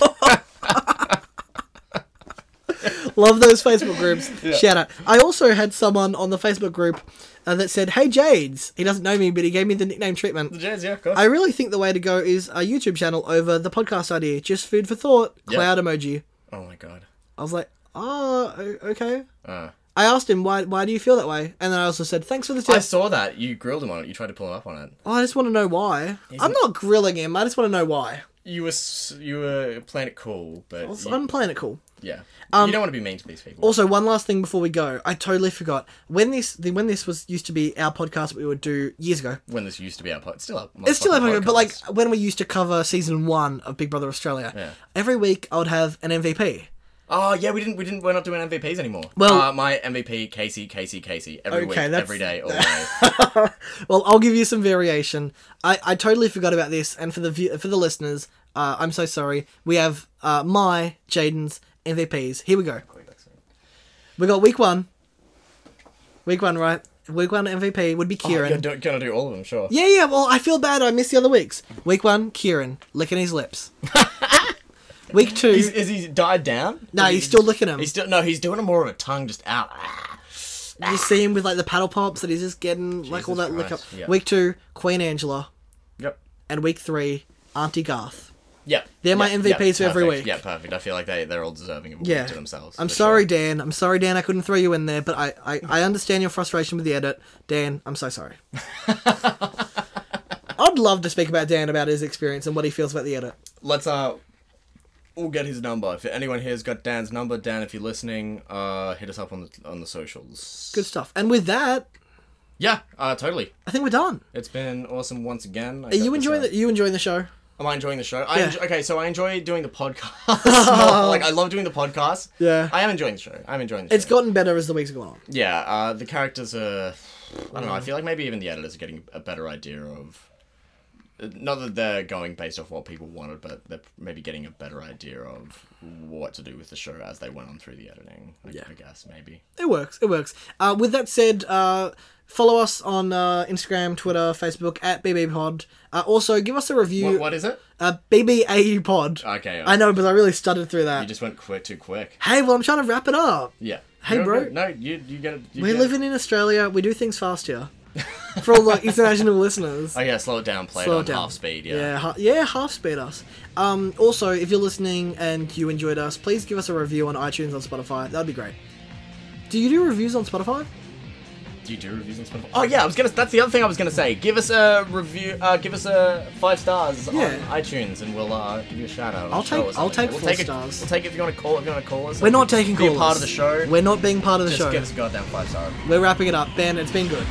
S2: Love those Facebook groups. Shout out. I also had someone on the Facebook group uh, that said, "Hey Jades." He doesn't know me, but he gave me the nickname treatment.
S1: Jazz, yeah, of course.
S2: I really think the way to go is a YouTube channel over the podcast idea. Just food for thought. Cloud emoji.
S1: oh my god.
S2: I was like, "Oh, o- okay."
S1: Uh,
S2: I asked him why. Why do you feel that way? And then I also said, "Thanks for the
S1: I
S2: tip."
S1: saw that. You grilled him on it. You tried to pull him up on it.
S2: Oh, I just want to know why. I'm not grilling him. I just want to know why.
S1: You were s- you were playing it cool, but
S2: Also,
S1: you-
S2: I'm playing it cool.
S1: yeah,
S2: Um,
S1: you don't want to be mean to these people.
S2: Also, one last thing before we go, I totally forgot when this the, when this was used to be our podcast we would do years ago.
S1: when this used to be our pod, still up.
S2: It's still happening, but like when we used to cover season one of Big Brother Australia,
S1: Yeah.
S2: every week I would have an MVP.
S1: oh yeah, we didn't we didn't we're not doing MVPs anymore.
S2: Well-
S1: uh, my MVP Casey Casey Casey every week
S2: Okay, that's-
S1: every day all day.
S2: Well, I'll give you some variation. I, I totally forgot about this, and for the view, for the listeners, uh, I'm so sorry. We have uh, my Jaden's MVPs. Here we go. We got week one. Week one, right? Week one MVP would be Kieran.
S1: Oh, You're do- gonna do all of them, sure.
S2: Yeah, yeah. Well, I feel bad. I missed the other weeks. Week one, Kieran licking his lips. Week two,
S1: Is, is he died down?
S2: no, he's still licking him.
S1: He's still no. He's doing it more of a tongue just out.
S2: you see him with like the paddle pops, and he's just getting like all
S1: Jesus
S2: that lick up.
S1: Christ, yeah.
S2: Week two, Queen Angela,
S1: Yep.
S2: and week three, Auntie Garth.
S1: Yep.
S2: They're my
S1: Yep.
S2: MVPs for every
S1: perfect.
S2: week.
S1: Yeah, perfect. I feel like they they're all deserving of a
S2: Yeah.
S1: win to themselves.
S2: I'm
S1: for
S2: sorry,
S1: sure.
S2: Dan. I'm sorry, Dan. I couldn't throw you in there, but I, I, I understand your frustration with the edit. Dan, I'm so sorry. I'd love to speak about Dan about his experience and what he feels about the edit.
S1: Let's uh, we'll get his number. If anyone here's got Dan's number, Dan, if you're listening, uh, hit us up on the on the socials.
S2: Good stuff. And with that,
S1: Yeah. Uh, totally.
S2: I think we're done.
S1: It's been awesome once again.
S2: Are you enjoying the, you enjoying the show?
S1: Am I enjoying the show? I
S2: Yeah.
S1: enjoy, okay, so I enjoy doing the podcast. like I love doing the podcast.
S2: Yeah.
S1: I am enjoying the show. I'm enjoying the
S2: It's
S1: show.
S2: gotten better as the weeks go on.
S1: Yeah, uh, the characters are. I
S2: Mm.
S1: don't know. I feel like maybe even the editors are getting a better idea of. Not that they're going based off what people wanted, but they're maybe getting a better idea of what to do with the show as they went on through the editing. I, I guess maybe.
S2: It works. It works. Uh, with that said, uh, follow us on uh, Instagram, Twitter, Facebook at BBPod. Uh, also, give us a
S1: What,
S2: review.
S1: what is it?
S2: Uh, BBAU Pod.
S1: Okay.
S2: I know, but I really stuttered through
S1: You
S2: that.
S1: just went quick too quick.
S2: Hey, well, I'm trying to wrap it up.
S1: Yeah.
S2: Hey,
S1: You're
S2: bro.
S1: good. No, you you get it. You
S2: We're
S1: get
S2: living in Australia. We do things fast here. For all the international listeners.
S1: It. Oh yeah, slow it down. Play it
S2: Slow
S1: on
S2: it down.
S1: half speed.
S2: Yeah, ha- yeah, half speed us. Um, also, if you're listening and you enjoyed us, please give us a review on iTunes on Spotify. That'd be great. Do you do reviews on Spotify?
S1: Do you do reviews on Spotify? Oh yeah, I was gonna. That's the other thing I was gonna say. Give us a review. Uh, give us a five stars
S2: Yeah.
S1: on iTunes, and we'll uh, give you a shout out. on
S2: I'll
S1: the show
S2: take-
S1: or something.
S2: I'll take
S1: we'll
S2: four
S1: take it-
S2: stars.
S1: We'll take it if you want to call. If you want to call us,
S2: We're not taking
S1: Be a
S2: calls.
S1: part of the show.
S2: We're not being part of the
S1: Just
S2: show.
S1: give us a goddamn five star.
S2: We're wrapping it up, Ben. It's been good.